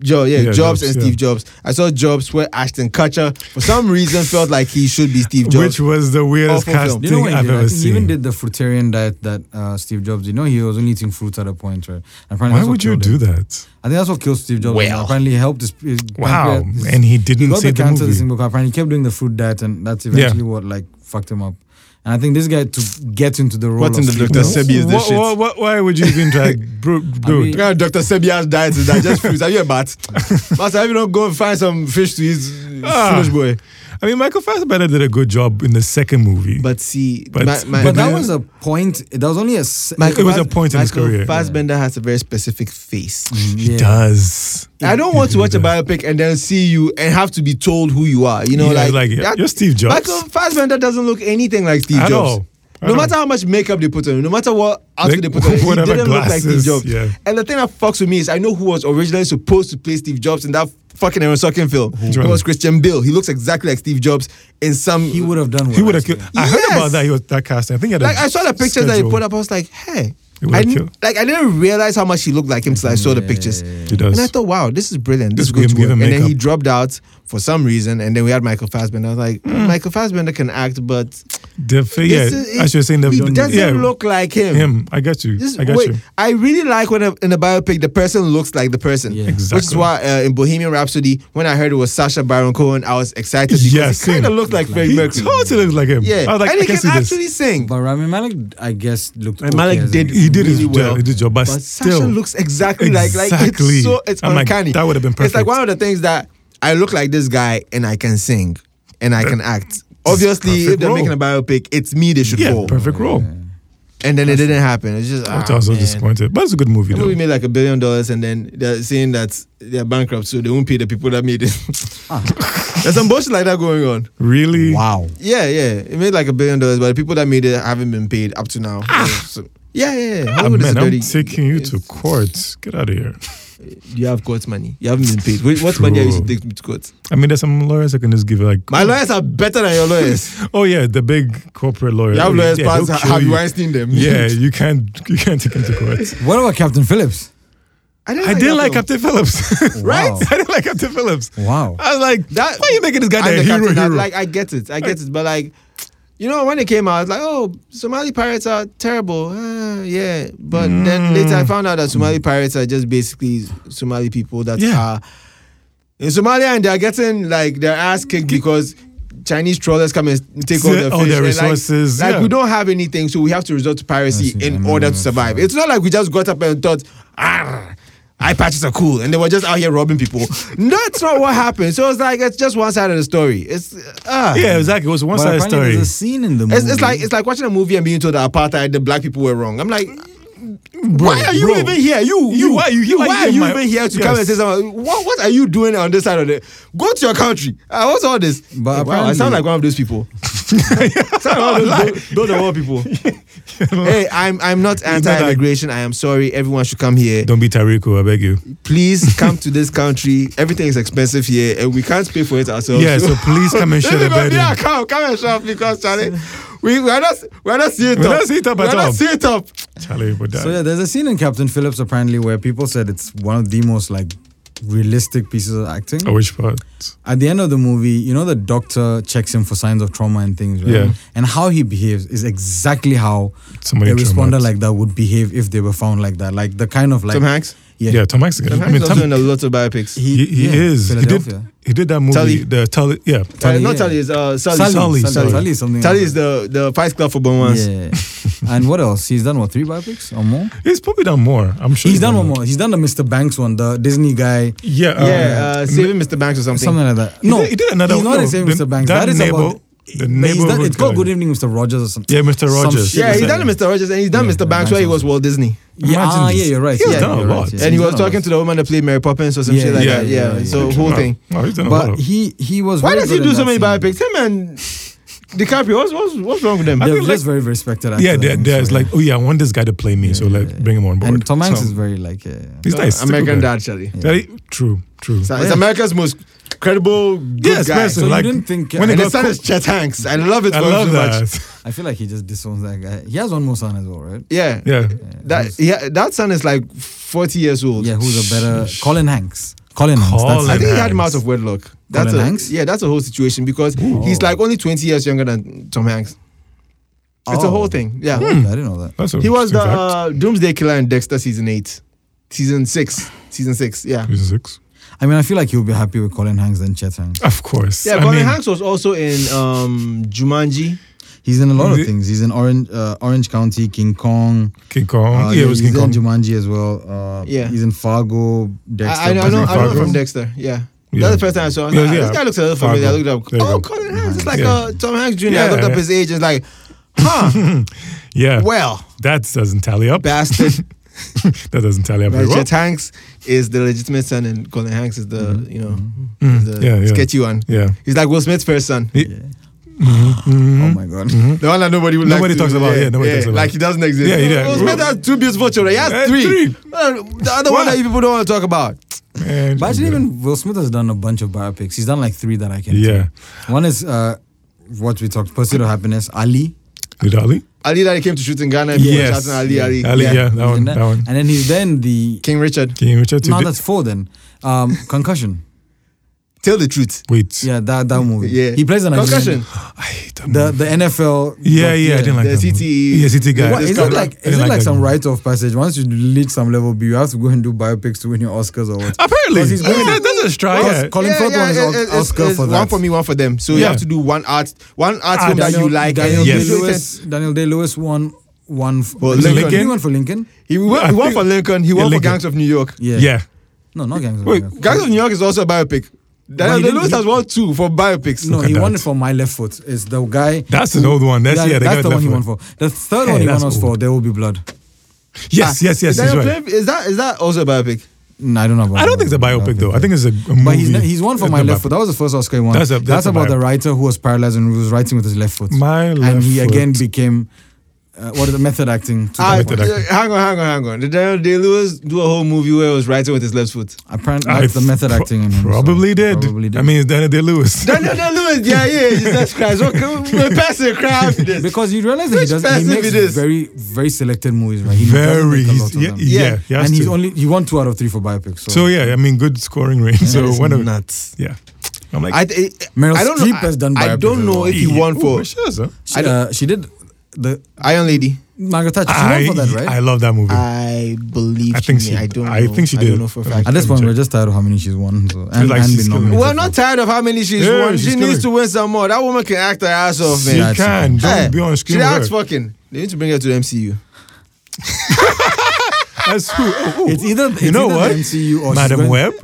Jo- yeah,
Yeah,
Jobs
Jobs,
and
yeah.
Steve Jobs. I saw Jobs where Ashton Kutcher for some reason felt like he should be Steve Jobs.
Which was the weirdest
Awful film.
casting
You know what he
I've
did? I
ever
think he even
seen.
did the fruitarian diet that uh, Steve Jobs did. You know, he was only eating fruits at a point, right? Apparently
Why
that's what
would you
killed
do
him.
that?
I think that's what killed Steve Jobs.
Well.
Apparently, he helped his, his
Wow,
pancreas- his-
and he
he
didn't
got
see
the
the
cancer this thing
movie.
because apparently he kept doing the fruit diet, and that's eventually what like fucked him up. And I think this guy to get into the role.
What's in
of
the
Steve
Dr.
Jobs-
Sebi is the
Wha-
shit.
wha- wha- Why would you even try, bro?
mean-
dude?
Look at Dr. Sebia's diet is that just fruits. Are you a bat? Master, have you not go and find some fish to eat?
Ah.
Foolish boy.
I mean, Michael Fassbender did a good job in the second movie.
But see,
But-
my, my,
But
But
that
then-
was a point. That was only a. s-
Michael- It was a point in his
Michael
career. Mm.
Fassbender has a very specific face.
he
yeah.
does.
I don't want to
He
watch a
does.
biopic and then see you and have to be told who you are. You know,
Yeah,
like,
like,
that-
you're Steve Jobs.
Michael Fassbender doesn't look anything like Steve
At
Jobs.
all. At
No
all.
matter how much makeup they put on him, no matter what outfit
Like,
they put on him, he
whatever
didn't look like Steve
glasses,
Jobs.
yeah.
And the thing that fucks with me is I know who was originally supposed to play Steve Jobs in that fucking Aaron Sorkin film. It
Jordan.
was Christian Bale. He looks exactly like Steve Jobs in some.
He would have done. Well,
He would have killed.
actually.
I heard
Yes.
about that. He was that casting. I think he had a
like I saw the pictures that he
schedule.
put up. I was like, hey,
He would
I
have
didn't,
killed.
like I didn't realize how much he looked like him till I saw the pictures.
He does.
And I thought, wow, this is brilliant. This
Just
is good
give-
to
give
work.
him
And then he
makeup.
dropped out for some reason, and then we had Michael Fassbender. I was like, Michael Fassbender can act, but
The fa- Hmm. yeah,
it's- it-
as you were saying, the,
he doesn't
yeah,
look like him.
him. I got you.
This-
I got
wait,
you.
I really like when a, in a biopic the person looks like the person.
Yeah.
Which is
Exactly.
why uh, in Bohemian Rhapsody, when I heard it was Sasha Baron Cohen, I was excited because
Yeah,
he kind of
same.
looked like Freddie
He
Mercury.
totally looks like him.
Yeah,
I was like,
and
I
he
can
can
see this.
actually sing.
But Rami Malek, I guess, looked. okay
Malek
as a-
did-
He did
really
his
well.
job. He did his job, but still-
Sasha looks exactly, like like
Exactly.
it's so it's
I'm like,
uncanny.
that would have been
It's like
perfect.
one of the things that I look like this guy and I can sing and I can act. Obviously, if
perfect
they're
role.
making a biopic, it's me they should
Yeah,
call.
perfect role.
And then it didn't happen. It's just ah,
Which I was so
man.
disappointed. But it's a good movie,
The
though.
movie made like a billion dollars, and then they're saying that they're bankrupt, so they won't pay the people that made it.
Ah.
There's some bullshit like that going on.
Really?
Wow.
Yeah, yeah. It made like a billion dollars, but the people that made it haven't been paid up to now. So- yeah, yeah, yeah.
Ah,
Hollywood is
man,
a
I'm
dirty-
taking you to
it's-
court. Get out of here.
You have court money. You haven't been paid. Wait, What money are you
True.
taking to court?
I mean, there's some lawyers that can just give you like.
My lawyers are better than your lawyers.
Oh yeah, the big corporate lawyers.
You have
Oh,
lawyers
yeah, they'll
pass
kill
have you
you.
Weinstein them.
Yeah, you can't you can't take him to court.
What about Captain Phillips?
I didn't
I didn't like
that
Captain Phillips, right?
Wow.
I didn't like Captain Phillips.
Wow.
I was like,
That-
why are you making this guy
film. I'm
the
the
hero?
captain. I-
hero?
Like I get it. I get it. But like you know, when it came out, I was like, oh, Somali pirates are terrible. Ah, yeah. But then
Mm.
later I found out that Somali pirates are just basically Somali people that
Yeah.
are in Somalia and they're getting like their ass kicked because Chinese trawlers come and take all
Yeah,
their
all
fish.
their
And, like-
resources,
Like,
yeah.
we don't have anything, so we have to resort to piracy
I see. I
in
know
order to
that's
survive.
right.
It's not like we just got up and thought, ah, eye patches are cool, and they were just out here robbing people. That's not what happened. So it's like it's just one side of the story. It's ah.
yeah, exactly. It was one
But
side
apparently
story.
There's a scene in the movie.
It's, it's like it's like watching a movie and being told that apartheid, the black people were wrong. I'm like,
Bro,
why are you
bro.
even here? You,
You-
you,
why are you- you- why
why
you
are
in
you
my-
even here to come and
Yes.
say something? What, what are you doing on this side of the? Go to your country. Ah, what's all this?
But
wow, I sound
apparently-
like one of those people. sound like one of those build, build a wall people. hey, I'm I'm not
not like-
anti-immigration. I am sorry. Everyone should come here.
Don't be Tariku, I beg you.
Please come to this country. Everything is expensive here, and we can't pay for it ourselves.
Yeah, so please come and share the
Oh, Everybody,
burden.
Yeah, come, come and shop because Charlie, we we are not we are not see it
We
up.
don't see it up
we
at
are
all.
not see it up.
Charlie, but that.
So yeah, there's a scene in Captain Phillips apparently where people said it's one of the most like realistic pieces of acting.
I wish part.
At the end of the movie, you know the doctor checks him for signs of trauma and things, right?
Yeah.
And how he behaves is exactly how
Somebody
a responder
traumatized.
like that would behave if they were found like that. Like the kind of like
Tom Hanks.
Yeah.
Yeah, Tom Hanks. again.
Tom
I
Hanks
mean,
is
Tom,
also in a lot of biopics.
he, he
yeah,
is. He did.
Philadelphia.
He did that movie.
Tully.
The Tully. Yeah.
Uh,
Tully,
not
yeah.
Tully, is uh, Sully.
Sully,
Sully, Sully.
Sully is something.
Tully
like
is
that.
the the Fight Club for Bon ones.
Yeah. and what else? He's done what three biopics or more?
He's probably done more. I'm sure.
He's done one more. He's done the Mr. Banks one, the Disney guy.
Oh, Yeah. um,
Yeah, uh, saving Mr. Banks or something.
Something like that.
He
No,
did- he did another
He's
one.
not
No,
the same
the-
Mr. Banks.
that
that is
neighbor-
about
the
but he's
neighborhood
done- it's called
guy.
Good Evening, Mr. Rogers or something.
Yeah, Mr.
Some
Rogers.
shit
yeah,
like
he's
that.
done Mr. Rogers and he's done
Yeah,
Mr. Banks
Banks
where he
also.
was Walt Disney.
Yeah,
Imagine
ah,
this.
yeah, you're right.
He's
yeah,
done a
you're right,
lot.
yeah,
and
he's
he was
done a
talking
lot.
to the woman that played Mary Poppins or some
Yeah,
shit like
yeah,
that.
yeah,
Yeah,
yeah,
so
yeah.
whole
Wow.
thing.
Wow, Oh, he's done a lot
But
of-
he he was.
Why
very
does he
good
do
in
so
that
many
scene.
biopics? Him and DiCaprio, what's, what's, what's wrong with them?
They
think
were
like-
just very respected. Actors,
Yeah,
I
there,
think,
there's
so,
like, oh yeah, I want this guy to play me, so like bring him on
yeah.
board.
and Tom Hanks
So,
is very like. Yeah, yeah.
he's nice.
Uh, American Dad,
Dad.
Charlie.
True, true.
It's, it's America's most credible good
Yes,
guy.
person.
So
like,
you didn't think?
when
I,
And
it got
his son
co-
is Chet Hanks. I love it
I
for him
love
so
that.
much.
I feel like he just disowns that guy. He has one more son as well, right?
Yeah.
Yeah,
That yeah, that son is like 40 years old.
Yeah, who's a better Colin Hanks? Colin Hanks.
Colin.
That's
I
it.
think he had him
Hanks.
out of wedlock. That's
Colin
a,
Hanks?
Yeah, that's a whole situation because he's like only 20 years younger than Tom Hanks. It's a
Oh.
whole thing. Yeah.
Oh, I didn't know that.
that's a
He was the
Hmm. fact.
uh, Doomsday Killer in Dexter season 8. Season 6. Season 6. Yeah.
He's six,
I mean, I feel like he would be happy with Colin Hanks than Chet Hanks.
of course.
Yeah,
I
Colin
mean,
Hanks was also in um, Jumanji.
He's in a lot of
Is it-
things. He's in Orange, uh, Orange County, King Kong.
King Kong.
Uh,
yeah, it was
he's
King Kong.
in Jumanji as well. Uh,
Yeah.
He's in Fargo, Dexter.
I, I know, I know, I know
Fargo.
from Dexter. Yeah.
Yeah.
That's the first time I saw. him.
Yeah,
Like,
yeah.
This guy looks a little familiar.
Fargo.
I looked
There
up.
you
Oh,
go. Mm-hmm.
Colin Hanks. It's like
Yeah.
uh, Tom Hanks Jr. I
Yeah.
looked up his age. It's like, huh?
Yeah,
well,
that doesn't tally up.
bastard.
That doesn't tally up very
But
well.
Chet Hanks is the legitimate son, and Colin Hanks is the you know is the
Mm-hmm. Yeah, yeah.
sketchy one.
Yeah,
He's like Will Smith's first son,
Oh my God.
Mm-hmm.
the one that nobody would
Hmm? Nobody
like to-
talks about, yeah, nobody talks about.
Like he doesn't exist.
Yeah, yeah.
Will Smith has two beautiful children. He has
Eh,
three.
three.
Uh, The other one
Why?
that you people don't want to talk about.
man.
But actually,
yeah.
even Will Smith has done a bunch of biopics. He's done like three that I can.
yeah,
think. One is uh, what we talked, Pursuit of Happiness, Ali.
did Ali?
Ali that he came to shoot in Ghana. and people were
Yes.
shouting Ali, Ali,
Ali, yeah, that
He's
one,
in
that one.
And then he's then the.
King Richard.
King Richard.
No,
did-
that's four then. Um, concussion.
Tell the truth.
Wait,
Yeah, that that movie.
Yeah,
He plays an
concussion.
I hate that
The
movie.
the NFL.
Yeah, yeah, I didn't like
the
that movie.
CTE
Yeah, CTE guy.
What, is
I
it like
didn't
is it like
that
some
movie.
rite of passage? Once you reach some level B, you have to go and do biopics to win your Oscars or what?
Apparently,
Because he's
yeah,
going-
that- that's a strike.
Because
Yeah.
Colin Firth won his
it-
Os-
it- it's-
Oscar
it's
for that.
One for me, one for them. So you
Yeah.
have to do one art, one art
Ah,
film that you
Daniel-
like. and
Daniel
you
Yes.
Day
do it.
Lewis. Daniel Day Lewis won one f-
Well,
did he
Lincoln-
win one for Lincoln.
He won,
I
he won
think-
for Lincoln. He won
Yeah,
for
Lincoln.
Gangs of New York.
Yeah.
yeah.
No, not Gangs of
Wait,
New York.
Gangs of New York is also a biopic.
he
Daniel
didn't-
Day-Lewis has won two for biopics. Ah.
No,
Look at
he won
that.
it for My Left Foot. It's the guy.
That's an old one. That's yeah. they got
that's the
that
one he
for-
won for. The third
Hey,
one he won
that's
was for
old.
There Will Be Blood.
Yes, yes, yes. He's
Daniel
right.
Craig- Is that is that also a biopic?
Mm, I don't know. About
I don't think it's a biopic though. I think it's a, a movie.
But he's, not- he's one for
It's
My
not
Left
biopic.
Foot. That was the first Oscar he won.
That's a- that's a
about the
biopic.
writer who was paralyzed and who was writing with his left foot.
My left
and he
foot.
again became uh, what is the method acting? To
Ah,
that
method
point.
acting.
uh, hang on, hang on, hang on. Did Daniel Day Lewis do a whole movie where he was writing with his left foot?
Apparently,
I
that's the method
pro-
acting. In him, so
Probably, did.
Probably did.
I mean, it's Daniel Day Lewis.
Daniel Day Lewis, yeah, yeah, Jesus Christ. What can person cry after this?
because you realize that he
Which
does he
person
makes
it is?
very very selected movies, right? He doesn't
Very.
make a
He's,
lot of
yeah,
them.
yeah,
Yeah.
he has
and he's
to.
only he won two out of three for biopics. So,
so yeah, I mean, good scoring range. so
It's
one of
nuts.
yeah. I'm like,
I, th-
Meryl
I don't know.
Streep has done
I
biopics
don't
as
know
well.
if he won
Ooh,
for
she has, huh?
she, uh, she did the
Iron Lady.
Margaret Thatcher. She
I,
won for that, right?
I love that movie.
I believe
I think she- I think she
I don't
did.
know for a
I
fact.
At this point,
Check.
we're just tired of how many she's won. So, and,
like
and
she's
been
killing it.
nominated.
We're not tired of how many she's
Yeah,
won. She
she's
needs
killing.
to win some more. That woman can act her ass off,
she
man.
that's
can.
fine.
Don't
Hey,
be on screen.
She
with
acts
her.
fucking. They need to bring her to the MCU.
That's who. oh, oh.
It's either it's
you know
either
what,
The MCU or she's
Madam
going-
Web.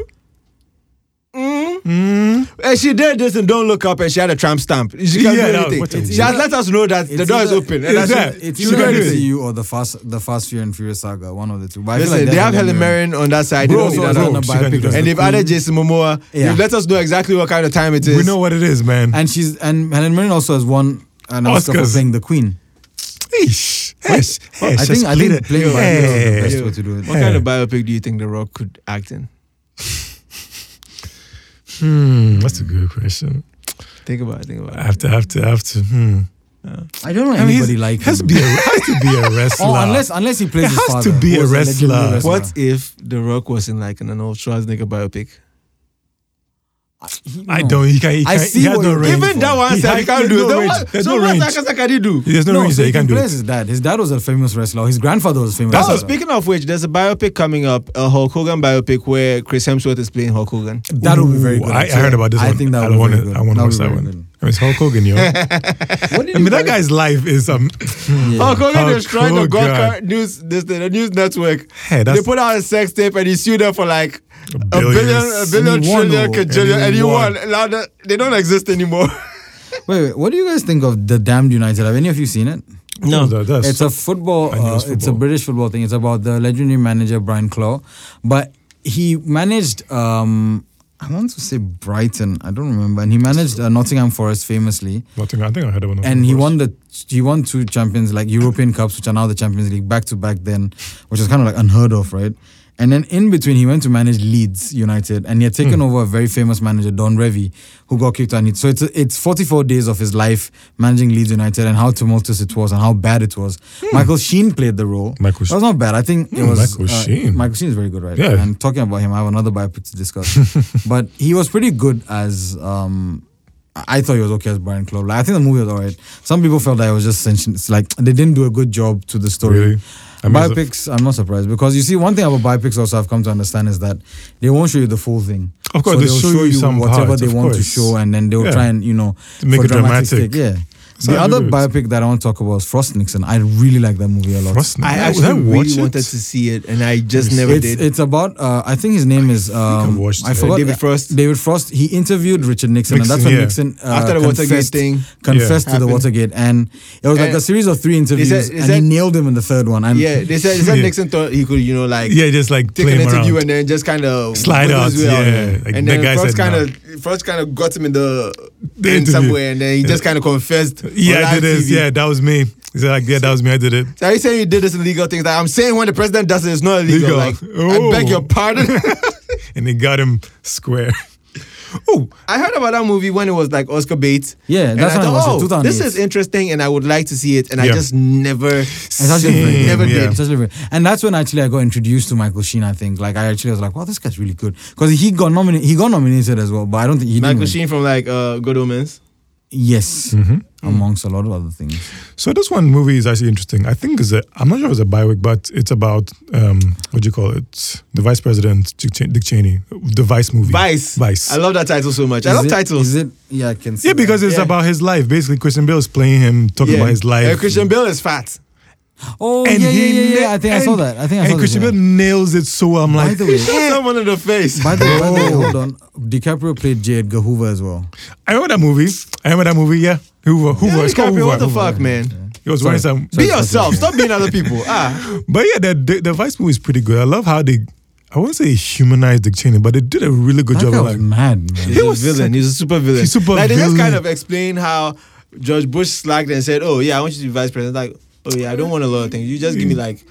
And she did this and don't look up, and she had a tramp stamp. She can
Yeah, that
do anything.
was what I
she
was-
has let us know that the
It's
door is
either-
open.
Is
And that's
that-
it.
It's
She
either
can do it.
MCU or the Fast the Fast Fear and Furious saga. One of the two. But I feel
Listen,
like
they have
Helen
Helen Mirren on that side. They
Bro,
don't need
also
that
has
at
wrong.
done a
She can do
biopic as
that.
all.
the
And they've added
Queen.
Jason Momoa.
Yeah.
They've let us know exactly what kind of time it is.
We know what it is, man.
And she's and Helen Mirren also has won an Oscar for
Oscars.
playing the Queen.
Eesh. Eesh. Eesh.
I think I think playing the Queen is the
Hey.
best way to do it.
What kind of biopic do you think The Rock could act in?
Hmm, that's a good question.
Think about it. Think about
I
it.
have to, I have to, I have to. Hmm.
I don't know
I mean, he's-
anybody like
has
him.
to be a has to be a wrestler.
Oh, unless unless he plays
It
his
has
father.
to be
who
a
was legendary
wrestler.
What if The Rock was in like an old Schwarzenegger biopic?
He-
I
no.
don't. He can. He
I
can.
see
he has
what
no
you're-
range.
Even that one
He
said
has-
he can't
there's
do it.
no
The
range.
one-
There's
so
no
what
range.
sacrifice can he do?
There's no,
No,
range
so
that he
he
can do.
plays
It.
his dad. His dad was a famous wrestler. His grandfather was a famous.
That's
wrestler.
speaking of which, there's a biopic coming up, a Hulk Hogan biopic where Chris Hemsworth is playing Hulk Hogan.
That would be very
Ooh,
good.
I, I
actually.
heard about this
I
one.
think that
I
would be
wanna-
very good.
I want to
That would be
watch that
very
one.
good.
I mean, it's Hulk Hogan, yo. I
What did you
mean, that
guys-
guy's life is um.
Yeah.
Hulk Hogan
Hulk
destroyed the God
Hogan.
Car- news, this, the news network.
Hey,
they
that's
put out a sex tape and he sued them for like
A
a
billion.
billion, a billion,
And he won,
trillion,
though.
cajillion,
And he
and he
won.
won. Now that they don't exist anymore.
Wait, wait, what do you guys think of the Damned United? Have any of you seen it?
no. That's
It's a football.
I knew it
Uh,
was
It's a
football.
British football thing. It's about the legendary manager Brian Clough, but he managed. Um, I want to say Brighton. I don't remember. And he managed uh, Nottingham Forest famously,
nothing. I think I heard about.
and he won the he won two champions like European Cups, which are now the Champions League back to back. Then, which is kind of like unheard of, right? And then in between, he went to manage Leeds United, and he had
Hmm.
taken over a very famous manager, Don Revy, who got kicked out. So it's it's 44 days of his life managing Leeds United, and how tumultuous it was, and how bad it was. Michael Sheen played the role.
Hmm. Michael
that was not bad. I think it
Hmm,
was uh,
Michael Sheen.
Michael Sheen is very good, right?
Yeah.
And talking about him, I have another biopic to discuss, but he was pretty good as. Um, I I thought he was okay as Brian Clough. Like, I think the movie was alright. Some people felt that it was just sensational- it's like they didn't do a good job to the story.
Really? I mean, it's a-
biopics, I'm not surprised because you see, one thing about biopics also I've come to understand is that they won't show you the full thing.
Of course,
so
they
will
show
show
you
you
some
whatever
parts,
they
of
want to
course.
show, and then they'll
Yeah.
try and you know
To make
for
it dramatic.
sake, Yeah.
That's
the
how you
other
do it.
biopic that I want to talk about is Frost Nixon. I really like that movie a lot.
I actually really wanted to see it and I just never
it's,
did.
it's about uh, I think his name is um,
watched
I
it.
forgot
David Frost.
David Frost. He interviewed Richard Nixon,
Nixon,
and that's when
yeah.
Nixon uh,
After the Watergate
confessed,
thing.
confessed to
Happened.
the Watergate, and it was like
And
a series of three interviews,
they said- they
and
said-
he nailed him in the third one. And
yeah, they said, they said
Yeah.
Nixon thought he could, you know, like
Yeah, just like
take an
playing around.
interview and then just kind of
Slide out, yeah, like
and
that
then
guy
Frost
said
kind
no.
of Frost kind of got him in the,
The
in
interview.
somewhere and then he just kind of confessed. on
yeah, I
live
did this.
TV.
Yeah, that was me. He's like, yeah, that was me. I did it.
So are you saying you did this illegal things? Like, I'm saying when the president does it, it's not
Legal.
illegal. Like,
Oh.
I beg your pardon.
And they got him square. oh,
I heard about that movie when it was like Oscar Bates.
Yeah,
And
that's
I
when it
thought,
was,
oh,
in
this
2008.
is interesting, and I would like to see it, and
Yeah.
I just never.
It's actually
Same,
very-
never
yeah.
did.
It's actually very- and that's when actually I got introduced to Michael Sheen. I think like I actually was like, wow, this guy's really good because he got nominated. He got nominated as well, but I don't think he didn't.
Michael
win.
Sheen from like uh, Good Omens.
Yes,
Mm-hmm.
amongst a lot of other things.
So this one movie is actually interesting. I think it's a. I'm not sure if it's a biopic, but it's about um, what do you call it? The Vice President Dick Cheney. Dick Cheney the Vice movie.
Vice.
Vice.
I love that title so much. I
Is
love
it-
titles.
Is it? Yeah, I can. See
yeah, because
that.
it's
Yeah.
about his life. Basically, Christian Bale is playing him, talking about his life.
Uh, Christian Bale is fat.
Oh
And
yeah, yeah,
he
yeah, yeah,
na-
I think I
and-
saw that. I think I saw
and
that.
Christian Bale nails it so well. I'm
By
like,
the way-
Shot someone in the face.
By the way, by the way, hold on. DiCaprio played J. Edgar Hoover as well.
I remember that movie. I remember that movie. Yeah, Hoover, Hoover.
Yeah,
it's
DiCaprio,
called Hoover.
what the
Hoover.
fuck, man?
He was wearing
Sorry.
some.
Be yourself. Stop being other people. Ah,
But yeah, the, the the Vice movie is pretty good. I love how they. I won't say humanized Dick Cheney, but they did a really good
That
job.
guy
of
was
like,
mad, man.
he's a villain. He's a super villain.
He's super
like they just
villain.
kind of explain how George Bush slacked and said, "Oh yeah, I want you to be vice president." Like, oh yeah, I don't want a lot of things. You just give me like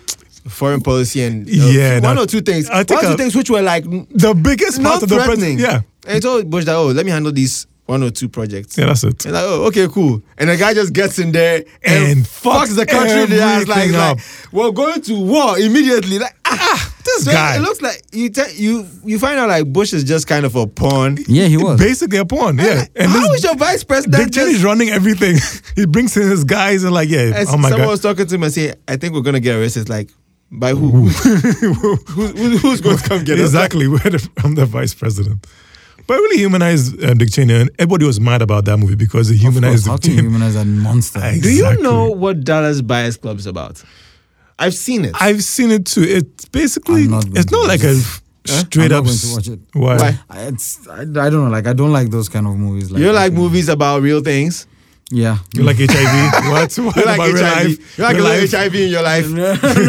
foreign policy and uh,
Yeah,
one
that-
or two things.
I think
one or two
I-
things which were like n-
the biggest
not
part of the
threatening.
president. Yeah,
and he told Bush that, "Oh, let me handle these one or two projects."
yeah, that's it.
And like, oh, okay, cool. And the guy just gets in there and,
And
fucks
fucks
the country in the ass. Like,
everything
like,
up.
we're going to war immediately. Like, ah,
this
So
guy.
It looks like you te- you you find out like Bush is just kind of a pawn.
Yeah, he was.
Basically a pawn. Yeah,
And how is
this
your vice
Dick
president?
Cheney's
Just,
running everything. he brings in his guys and like, yeah,
and
oh my
someone
god,
was talking to him and saying, "I think we're gonna get arrested." It's Like, by who? who's, who's, who's going to come get us?
exactly. We're the, I'm the vice president. But it really humanized uh, Dick Cheney, and everybody was mad about that movie because it
Of course,
humanized
How
Dick
can you
Cheney.
humanize that monster?
I-
Do you
Exactly.
know what Dallas Buyers Club is about? I've seen it.
I've seen it too. It's basically
I'm not going
it's
to
not like a
watch
straight
I'm not
up.
going to
s-
watch it.
Why?
Why?
I- It's I, I don't know. Like I don't like those kind of movies. Like
you like movies about real things?
Yeah.
You like HIV? what? What
You like
about real
HIV?
life?
You like a
Real
little
life?
HIV in your life?
no,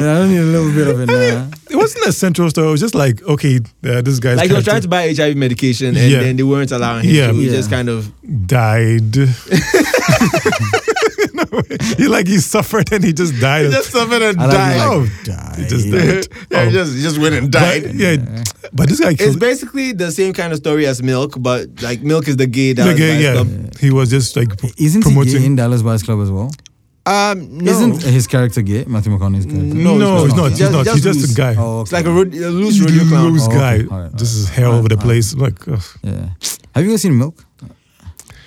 no. I need a little bit of it. Nah.
It wasn't a central story. It was just like okay, uh, this guy's
Like he was trying
character
to buy HIV medication and
Yeah.
then they weren't allowing him.
Yeah.
So he
Yeah.
just kind of
died. No way. he like he suffered and he just died.
he just suffered and
I like
died.
it,
Oh,
like, die.
he just
yeah,
died.
he
Oh.
just he just went and died.
But, yeah, but this guy
It's
killed
basically the same kind of story as Milk, but like Milk is the gay that
the
was
guy.
messed
uh, Yeah,
up.
he was just like p-
Isn't he gay in
promoting.
Dallas Buyers Club as well?
Um, no,
Isn't his character gay? Matthew McConaughey's character.
No,
No,
he's not.
he's not.
Just-
He's not. He's
just
just a guy.
Oh,
it's
okay.
like a, rod- a loose
He's
rodeo clown.
loose
Oh, okay.
guy.
All right,
This
all
is
right.
hair
All
over the
right.
place. Like, uh, ugh.
Yeah. Have you guys seen Milk?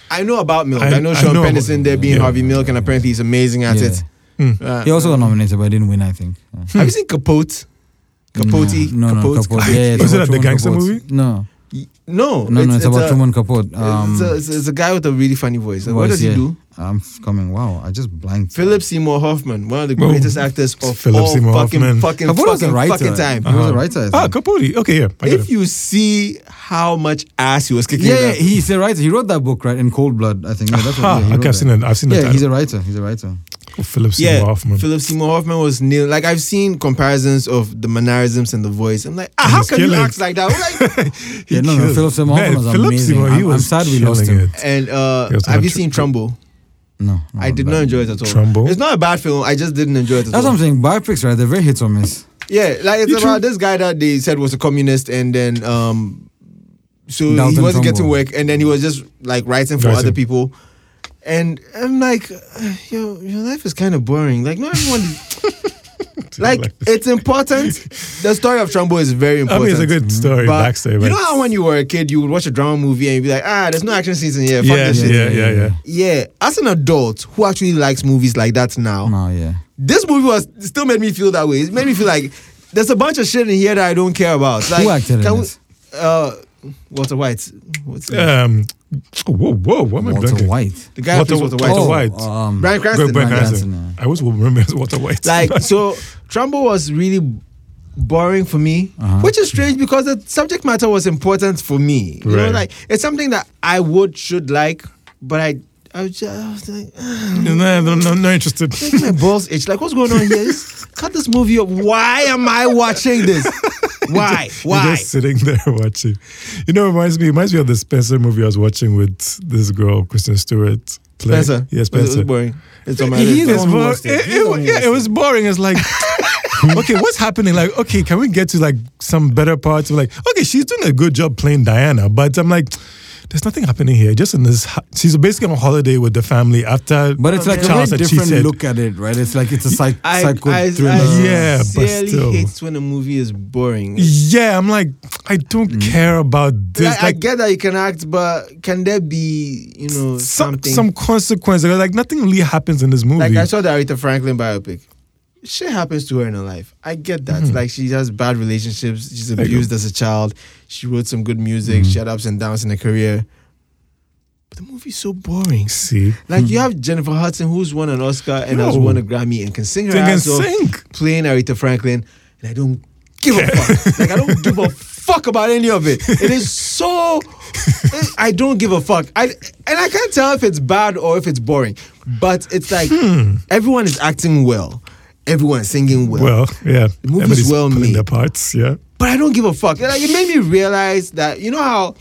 I know about Milk. I,
I-
know
I
Sean
know
Penn
about-
is in there being
yeah.
Harvey Milk, and apparently he's amazing at
Yeah.
it.
Mm.
Uh,
He also got nominated, but didn't win. I think. Yeah. Mm.
have you seen Capote? Capote?
No, no,
Capote?
Capote. Yeah, yeah, it's
Is it
about
like the
Truman
gangster
Capote.
movie?
No,
No,
no, no. It's, about
a-
Truman Capote. Um,
uh, it's, uh, a, it's a- it's a guy with a really funny voice. What
voice,
does he
yeah.
do?
Um, I'm f- coming. Wow, I just blanked.
Philip Seymour Hoffman, one of the
Well,
greatest actors of
Philip
all
Seymour
fucking
Hoffman.
fucking
Capote was a
fucking,
writer.
fucking time.
He was a writer. I
Ah,
think.
Capote. Okay, yeah. I get it.
If you see how much ass he was kicking,
yeah,
in
yeah,
that-
he's a writer. He wrote that book, right? In Cold Blood, I think. Yeah, that's what, yeah,
Ah,
he
okay,
wrote
I've seen
that.
it. I've seen
Yeah,
that.
he's a writer. He's a writer.
Philip Seymour
yeah.
Hoffman.
Philip Seymour Hoffman was nil. Like I've seen comparisons of the mannerisms and the voice. I'm like, ah,
He
how
was
can you
killing.
act like that? I'm like-
He
Yeah, no, no.
killed.
Philip Seymour
Man,
Hoffman was
Philip
amazing.
Seymour, he
I'm- I'm
was
sad we lost
killing
him.
it.
and uh,
He was
have you
not
seen
tr- Oh,
Trumbo?
No,
I did not enjoy it at all.
Trumbo?
It's not a bad film. I just didn't enjoy it at
That's what
all.
I'm saying. Biopics, right? They're very hit or miss.
Yeah, like it's
You
about this guy that they said was a communist, and then um, so he
Dalton
wasn't getting
Trumbo.
work, and then he was just like writing for
Writing.
other people. And I'm like, uh, yo, your life is kind of boring. Like, not everyone. like, it's important. The story of Trumbo is very
I
important.
mean, it's a good story,
but
backstory.
you
but-
know how when you were a kid, you would watch a drama movie and you'd be like, ah, there's no action scenes in here. Fuck
yeah,
this
yeah,
shit.
yeah, yeah, yeah.
Yeah, as an adult who actually likes movies like that now,
No, yeah.
this movie was still made me feel that way. It made me feel like there's a bunch of shit in here that I don't care about. Like,
Who acted
can
in
we-
it?
Uh, Walter White. What's his name?
Um, whoa, whoa, what am I
Walter
blanking?
White.
the guy who plays Walter
Walter-
White?
Walter
oh,
White.
Um,
Brian Cranston.
Greg Bryan
Bryan
Cranston.
Cranston,
I always will remember as Walter White.
Like so, Trumbo was really boring for me,
Uh-huh.
which is strange because the subject matter was important for me. You know,
Right.
like it's something that I would should like, but I. I was just I was like, ah,
no, no, no, no interested.
making my balls itch. Like, what's going on here? Just cut this movie up. Why am I watching this? Why?
You're
Why?
just sitting there watching. You know, it reminds me. It reminds me of the Spencer movie I was watching with this girl, Kristen Stewart. Play.
Spencer. It
Yeah,
was
Spencer.
boring. It's on my
He
list.
is
It's
the one who
bo-
watched it.
it-
He's the
it-
one who
yeah,
watched
it was boring. It's like, okay, what's happening? Like, okay, can we get to like some better parts? Of like, okay, she's doing a good job playing Diana, but I'm like, there's nothing happening here. Just in this, ho- she's basically on holiday with the family after.
But it's like
Charles
a very
had
different
cheated.
look at it, right? It's like it's a psych-
I,
psycho
I, I
thriller.
Yeah, but
sincerely
still.
hate when a movie is boring.
Yeah, I'm like, I don't
Mm.
care about this.
Like, I get that you can act, but can there be, you know,
some
something?
some consequence. Like nothing really happens in this movie.
like I saw the Aretha Franklin biopic. Shit happens to her in her life. I get that. Like she has bad relationships. She's
Mm-hmm. you go. Mm-hmm.
abused as a child. She wrote some good music. She had ups and downs in her career. But the movie's so boring.
See,
Like you have Jennifer Hudson, who's won an Oscar and has
Mm-hmm. Yo.
won a Grammy and can sing her
Think and
ass off,
sing.
playing Aretha Franklin, and I don't give a fuck. Like I don't give a fuck about any of it. It is so. I don't give a fuck. I and I can't tell if it's bad or if it's boring. But it's like everyone is acting well, everyone is singing well.
Well, yeah.
The movie's
Everybody's
well
pulling
made.
their parts, yeah.
but I don't give a fuck. Like, it made me realize that you know how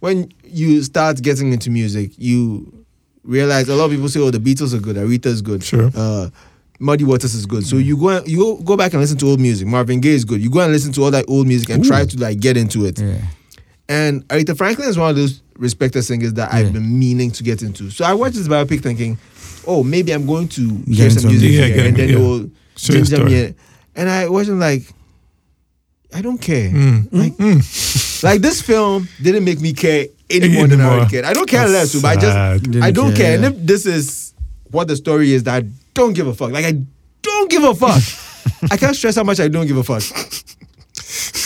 when you start getting into music, you realize a lot of people say, "Oh, the Beatles are good, Aretha's good,
Sure.
uh, Muddy Waters is good." So you go and, you go- go back and listen to old music. Marvin Gaye is good. You go and listen to all that old music and try to like get into it.
Yeah.
And Aretha Franklin is one of those respected singers that
Yeah.
I've been meaning to get into. So I watched this biopic thinking, oh, maybe I'm going to hear
into
some music
music.
here,
Yeah,
and then
yeah.
it will
Show your
ginger
story.
me. And I wasn't like, I don't care.
Mm.
Like, like this film didn't make me care anymore than I
Anymore.
would care. I don't care less,
That's
but I
sad.
just
Didn't
I don't
care,
care.
yeah.
And if this is what the story is, that I don't give a fuck. Like I don't give a fuck. I can't stress how much I don't give a fuck.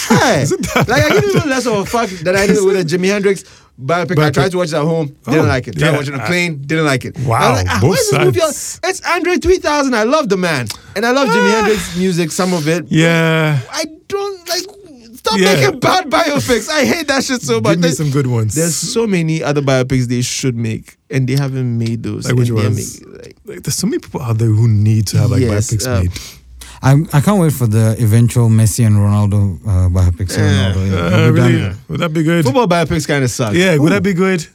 Hey, like I give even less of a fuck than I did with a Jimi Hendrix biopic. I
Biopic.
tried to watch it at home, didn't
Oh,
like it. Tried
yeah.
watching on a plane, didn't like it.
Wow,
I was like, ah,
both
why is this movie on-
sides. Ah.
It's Andre 3000. I love the man, and I love Jimi Hendrix music. Some of it,
Yeah.
I don't like. Stop
Yeah.
making bad biopics. I hate that shit so much.
Give me
There's,
some good ones.
there's so many other biopics they should make, and they haven't made those.
Like which
and they're
ones?
making, like,
like, there's so many people out there who need to have like
Yes,
biopics
uh,
made.
I, I can't wait for the eventual Messi and Ronaldo uh, biopic. so
Yeah.
Ronaldo, yeah.
Uh,
We'll be
really?
done.
Would that be good?
football biopics kind of suck.
Yeah, would that be good?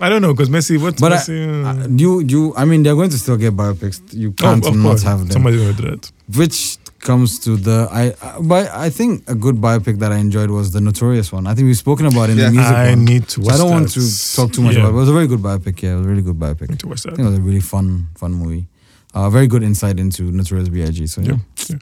I don't know because Messi. What's
Uh, mm. But
Messi?
I, I, you, you, I mean, they're going to still get biopics. You
Oh,
can't
of
not
course.
have them.
Somebody's gonna do that.
Which comes to the I, I, but I think a good biopic that I enjoyed was the Notorious one. I think we've spoken about it in
Yeah.
the music
I
one.
need to
So
watch.
I don't want
that.
to talk too much
yeah.
about it. It was a very good biopic. Yeah, it was a really good biopic.
Need to watch that.
I think it was a really fun, fun movie. Uh, very good insight into Notorious B.I.G. So yeah,
Yeah.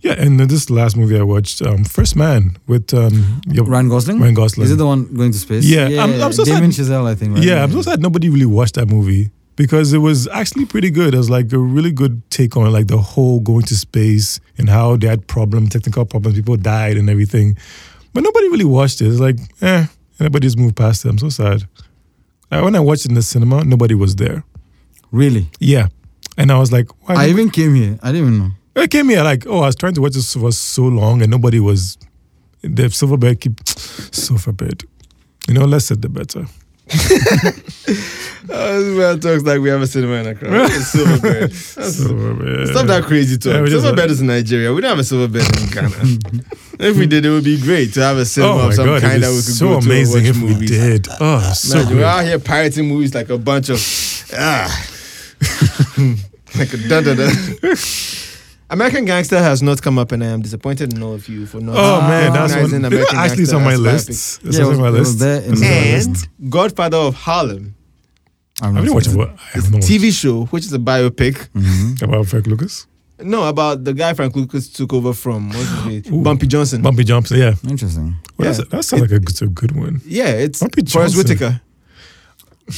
Yeah, and then this last movie I watched, um, First Man, with um, yeah,
Ryan Gosling.
Ryan Gosling.
Is it the one going to space?
Yeah, I'm- I'm so sad-
Damien Chazelle, I think. Right?
yeah, I'm so sad nobody really watched that movie because it was actually pretty good. It was like a really good take on like the whole going to space and how they had problems, technical problems, people died and everything. But nobody really watched it. It's like, eh, everybody just moved past it. I'm so sad. Uh, when I watched it in the cinema, nobody was there.
Really,
Yeah. And I was like, why?
I even came here. I didn't even know.
I came here like, oh, I was trying to watch this for so long and nobody was. The silver bed keep silver bed. You know, less said the better.
Oh, this man talks like we have a cinema in Accra. It's Silverbird. That's-
Silver bed.
Stop that crazy talk.
Yeah, we just-
Silverbird is in Nigeria. We don't have a Silverbed in Ghana. if we did, it would be great to have a
Oh
cinema of some
it'd
kind
be
that we could
so
go to and
amazing
watch
if
movies.
we did. Oh, so
Like,
good.
we're out here pirating movies like a bunch of ah, like a dun dun dun. American Gangster has not come up, and I am disappointed in all of you for not.
Oh man, that's
recognizing
one.
American
actually, it's on
Gangster
my
as
list.
biopic.
It's
Yeah, it
on
was-
my
it was
list.
there in
It's on
the
my
list.
list.
And Godfather of Harlem,
I'm
I
not
haven't watched
sure.
what I haven't watched
TV show, which is a biopic.
Mhm.
about Frank Lucas.
No, about the guy Frank Lucas took over from what's his name?
Ooh.
Bumpy Johnson.
Bumpy Jumps. Yeah,
Interesting.
well,
Yeah.
that's- that sounds like a, it's a good one.
yeah, it's
Bumpy
Forrest
Johnson.
Whitaker.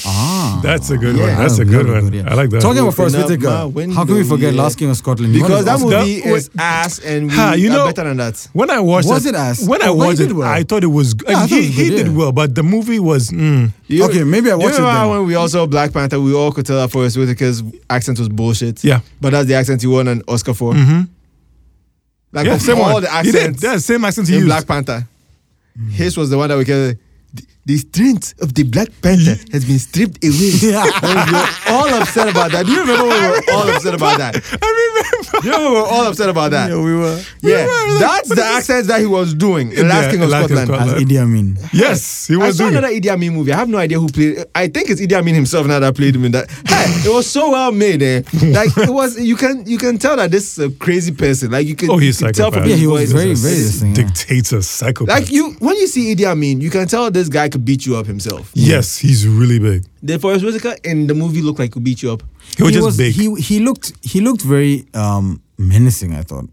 Ah,
That's a good
Yeah.
one. That's a
Yeah,
good
good,
one.
yeah.
I like that.
Talking about
Open
Forrest
up my
Whitaker,
window,
how can we forget
yeah.
Last King of Scotland? You won
Because that
an
That-
movie
wait.
is ass, and we
Ha, you
are
know-
better than that.
When I watched
Was it
it,
ass?
When I
Oh, he
watched
did
it,
well.
I thought it was.
Yeah, I thought it
he
was
he
good,
did
yeah.
well, but the movie was. Mm,
You-
okay, maybe I
You
watched it
remember how
then.
when we all saw Black Panther, we all could tell that Forrest Whitaker's accent was bullshit.
yeah, Mm-hmm.
But that's the accent he won an Oscar for. Like
yeah,
of
same
all
one.
the
He did.
accents
Yeah, same accent he
in
used.
Black Panther, his was the one that we can. "The- The strength of the Black Panther has been stripped away. And we were all upset about that. Do you remember when we were all upset about that?
I remember.
You remember we were all upset about that?
Yeah, we were.
Yeah,
We were like,
that's
what
the
is this?
accent that he was doing in
Yeah,
Last King of
Last King of
Scotland.
Scotland.
as
Like-
Idi Amin.
Yes, he
I
was
saw
doing. it.
another Idi Amin movie. I have no idea who played. I think it's Idi Amin himself now that played him in that. Hey, it was so well made. Eh? Like it was. You can you can tell that this is a crazy person. Like you can.
Oh, he's
you can tell
psychopath.
from
Yeah,
his
he was
voice.
very, very this thing. yeah.
dictator psychopath.
Like you, when you see Idi Amin, you can tell this guy could beat you up himself.
yes, he's really big.
The Forest Whitaker in the movie looked like he could beat you up.
He was just big.
He he looked he looked very um, menacing. I thought.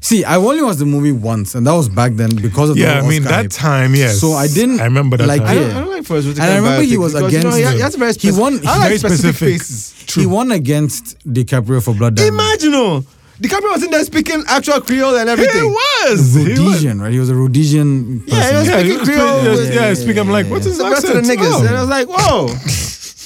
See, I only watched the movie once, and that was back then because of
yeah,
the
I mean
Oscar
that
hype.
time. Yes.
So I didn't
I remember that
like
time.
I don't,
Yeah.
I don't like Forest Whitaker.
And I
in
remember he
biopics
was
because, You know,
against
he,
him.
he has very
He
specific.
won-
I like
Very
specific,
specific.
faces.
He won against DiCaprio for Blood Diamond.
Imagine, oh, DiCaprio was in there speaking actual Creole and everything.
He was. He was.
Rhodesian, right? He was a Rhodesian person.
he was
Yeah, he was
Speaking Creole
playing-
with-
yeah, yeah, speak. I'm like,
yeah,
what's
yeah.
his
the rest of the
accent?
niggas.
Oh.
And I was like, whoa.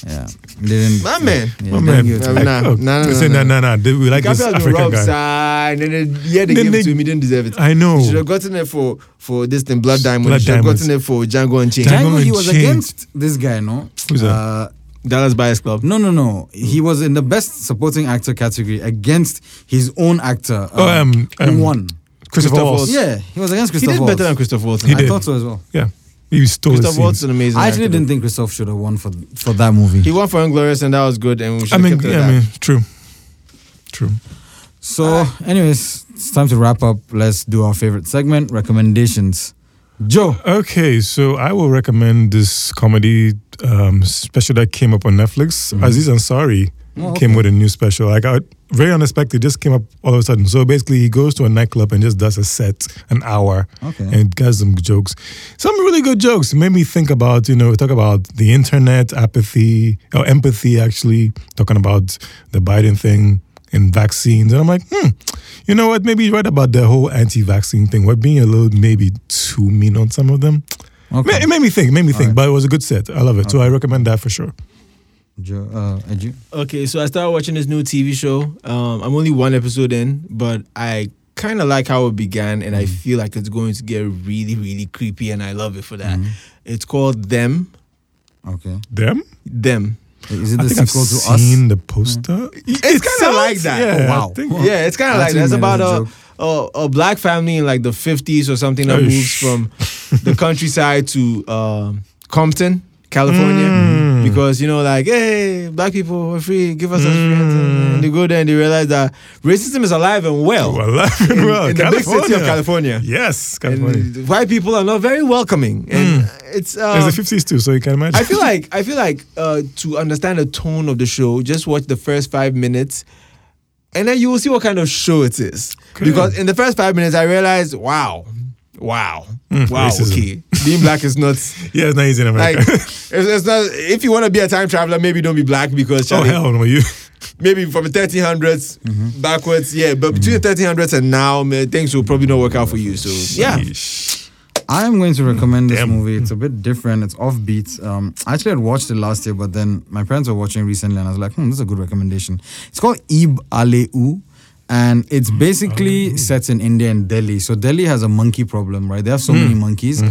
Yeah. Didn't,
My man.
Yeah,
Oh,
didn't
man.
give it to me.
Nah,
Oh,
nah, nah,
they say,
nah,
nah, nah, nah. They- We like
DiCaprio has
this
been
African
robbed,
guy.
side, ah, and then, uh, yeah, they
Then
gave
they-
it to him. He didn't deserve it.
I know.
He should have gotten it for, for this thing, Blood Diamond.
Blood
he should have
Diamonds.
gotten it for Django Unchained.
Django
Django, he was
Unchained.
against this guy, no?
Who's that?
Uh,
Dallas Buyers Club.
no, no, no. He was in the best supporting actor category against his own actor.
Oh, um,
who
um,
won.
Christopher
Christopher
Waltz.
Waltz.
Yeah, he was against
He
Christoph
did
Waltz.
better than Christoph Waltz.
He
I
did.
thought so as well.
Yeah. He stole the
Christoph
scene.
Waltz is an amazing.
I actually
actor, though.
didn't think Christoph should have won for for that movie.
He won for Inglorious, and that was good. And we should
I mean,
kept it at
yeah,
that.
I mean, true. True.
So, anyways, it's time to wrap up. Let's do our favorite segment recommendations. Joe,
Okay, so I will recommend this comedy um, special that came up on Netflix. Aziz Ansari
Oh,
came with a new special. Like, I, very unexpected, just came up all of a sudden. So basically, he goes to a nightclub and just does a set, an hour,
Okay.
and does some jokes. Some really good jokes. It made me think about, you know, talk about the internet, apathy, or empathy, actually, talking about the Biden thing and vaccines. And I'm like, hmm, you know what? Maybe you're right about the whole anti vaccine thing. We're being a little maybe too mean on some of them. Ma-
okay,
It made me think, it made me think,
Alright.
but it was a good set. I love it. So I recommend that for sure.
Joe, uh, Edu.
Okay, so I started watching this new TV show. Um, I'm only one episode in, but I kind of like how it began, and I
Mm.
feel like it's going to get really, really creepy, and I love it for
Mm.
that. It's called Them.
Okay,
Them?
Them.
is it
I
the
think I've
sequel to
seen
Us?
the poster.
It's kind of Hmm. like that.
Yeah,
Oh, wow.
I think-
Yeah, it's kind
I
of like
actually
that. It's
made it
about
as a
a, a a black family in like the 50s or something that
Oh,
moves
sh-
from the countryside to um, Compton, California,
Mm.
because you know, like, hey, black people are free, give us a
Mm.
free. And they go there and they realize that racism is alive and well
Well, laughing
in,
well.
in the big city of California.
Yes, California.
And white people are not very welcoming, and it's um,
It's the 50s too, so you can imagine.
I feel like I feel like uh, to understand the tone of the show, just watch the first five minutes, and then you will see what kind of show it is.
Okay.
Because in the first five minutes, I realized, wow, wow,
Mm,
wow,
racism.
okay, being black is not
yeah, it's not easy in
like
America.
it's, it's not. If you want to be a time traveler, maybe don't be black because
oh,
Charlie,
hell Mm-hmm. no, you.
maybe from the 1300s backwards, yeah. But between the 1300s and now, man, things will probably not work out for you. So yeah,
Yeesh.
I'm going to recommend this
Damn.
movie. It's a bit different. It's offbeat. Um, I actually had watched it last year, but then my parents were watching recently, and I was like, "Hmm, this is a good recommendation." It's called Ib Aleu, and it's basically set in India and Delhi. So Delhi has a monkey problem, right? They have so many monkeys.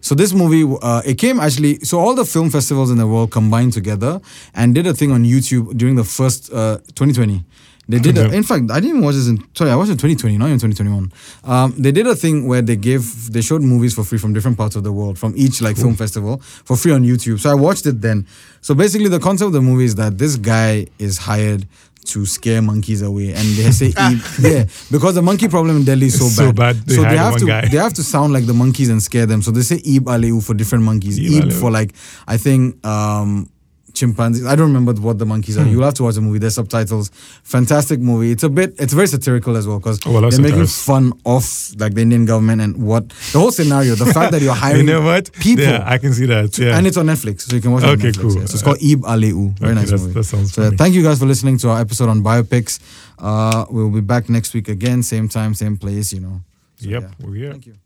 So this movie, uh, it came actually. So all the film festivals in the world combined together and did a thing on YouTube during the first uh, 2020. They did. A,
Okay.
in fact, I didn't watch this in. Sorry, I watched it in 2020, not in 2021. Um, they did a thing where they gave, they showed movies for free from different parts of the world, from each like film festival for free on YouTube. So I watched it then. So basically, the concept of the movie is that this guy is hired to scare monkeys away, and they say, "Eat." yeah, because the monkey problem in Delhi is so
It's
bad.
so bad, they hired
have
one
to,
guy.
they have to sound like the monkeys and scare them. So they say "Ib Aleu" for different monkeys.
Eeb
Ib
Aleu.
for like, I think. um chimpanzees. I don't remember what the monkeys
Hmm.
are. You'll have to watch the movie. There's subtitles. Fantastic movie. It's a bit. It's very satirical as well because
Oh, well, that's
they're making
interesting.
fun of like the Indian government and what the whole scenario. The fact that you're
You
hiring
know what?
people.
Yeah, I can see that. Yeah.
And it's on Netflix, so you can watch it.
Okay,
on Netflix,
cool. Uh,
yeah. So it's called Ib Aleu. Very
okay,
nice
that's-
movie.
that sounds
so uh,
funny.
thank you guys for listening to our episode on biopics. Uh, we'll be back next week again, same time, same place. You know. So,
yep,
yeah.
we're here.
Thank you.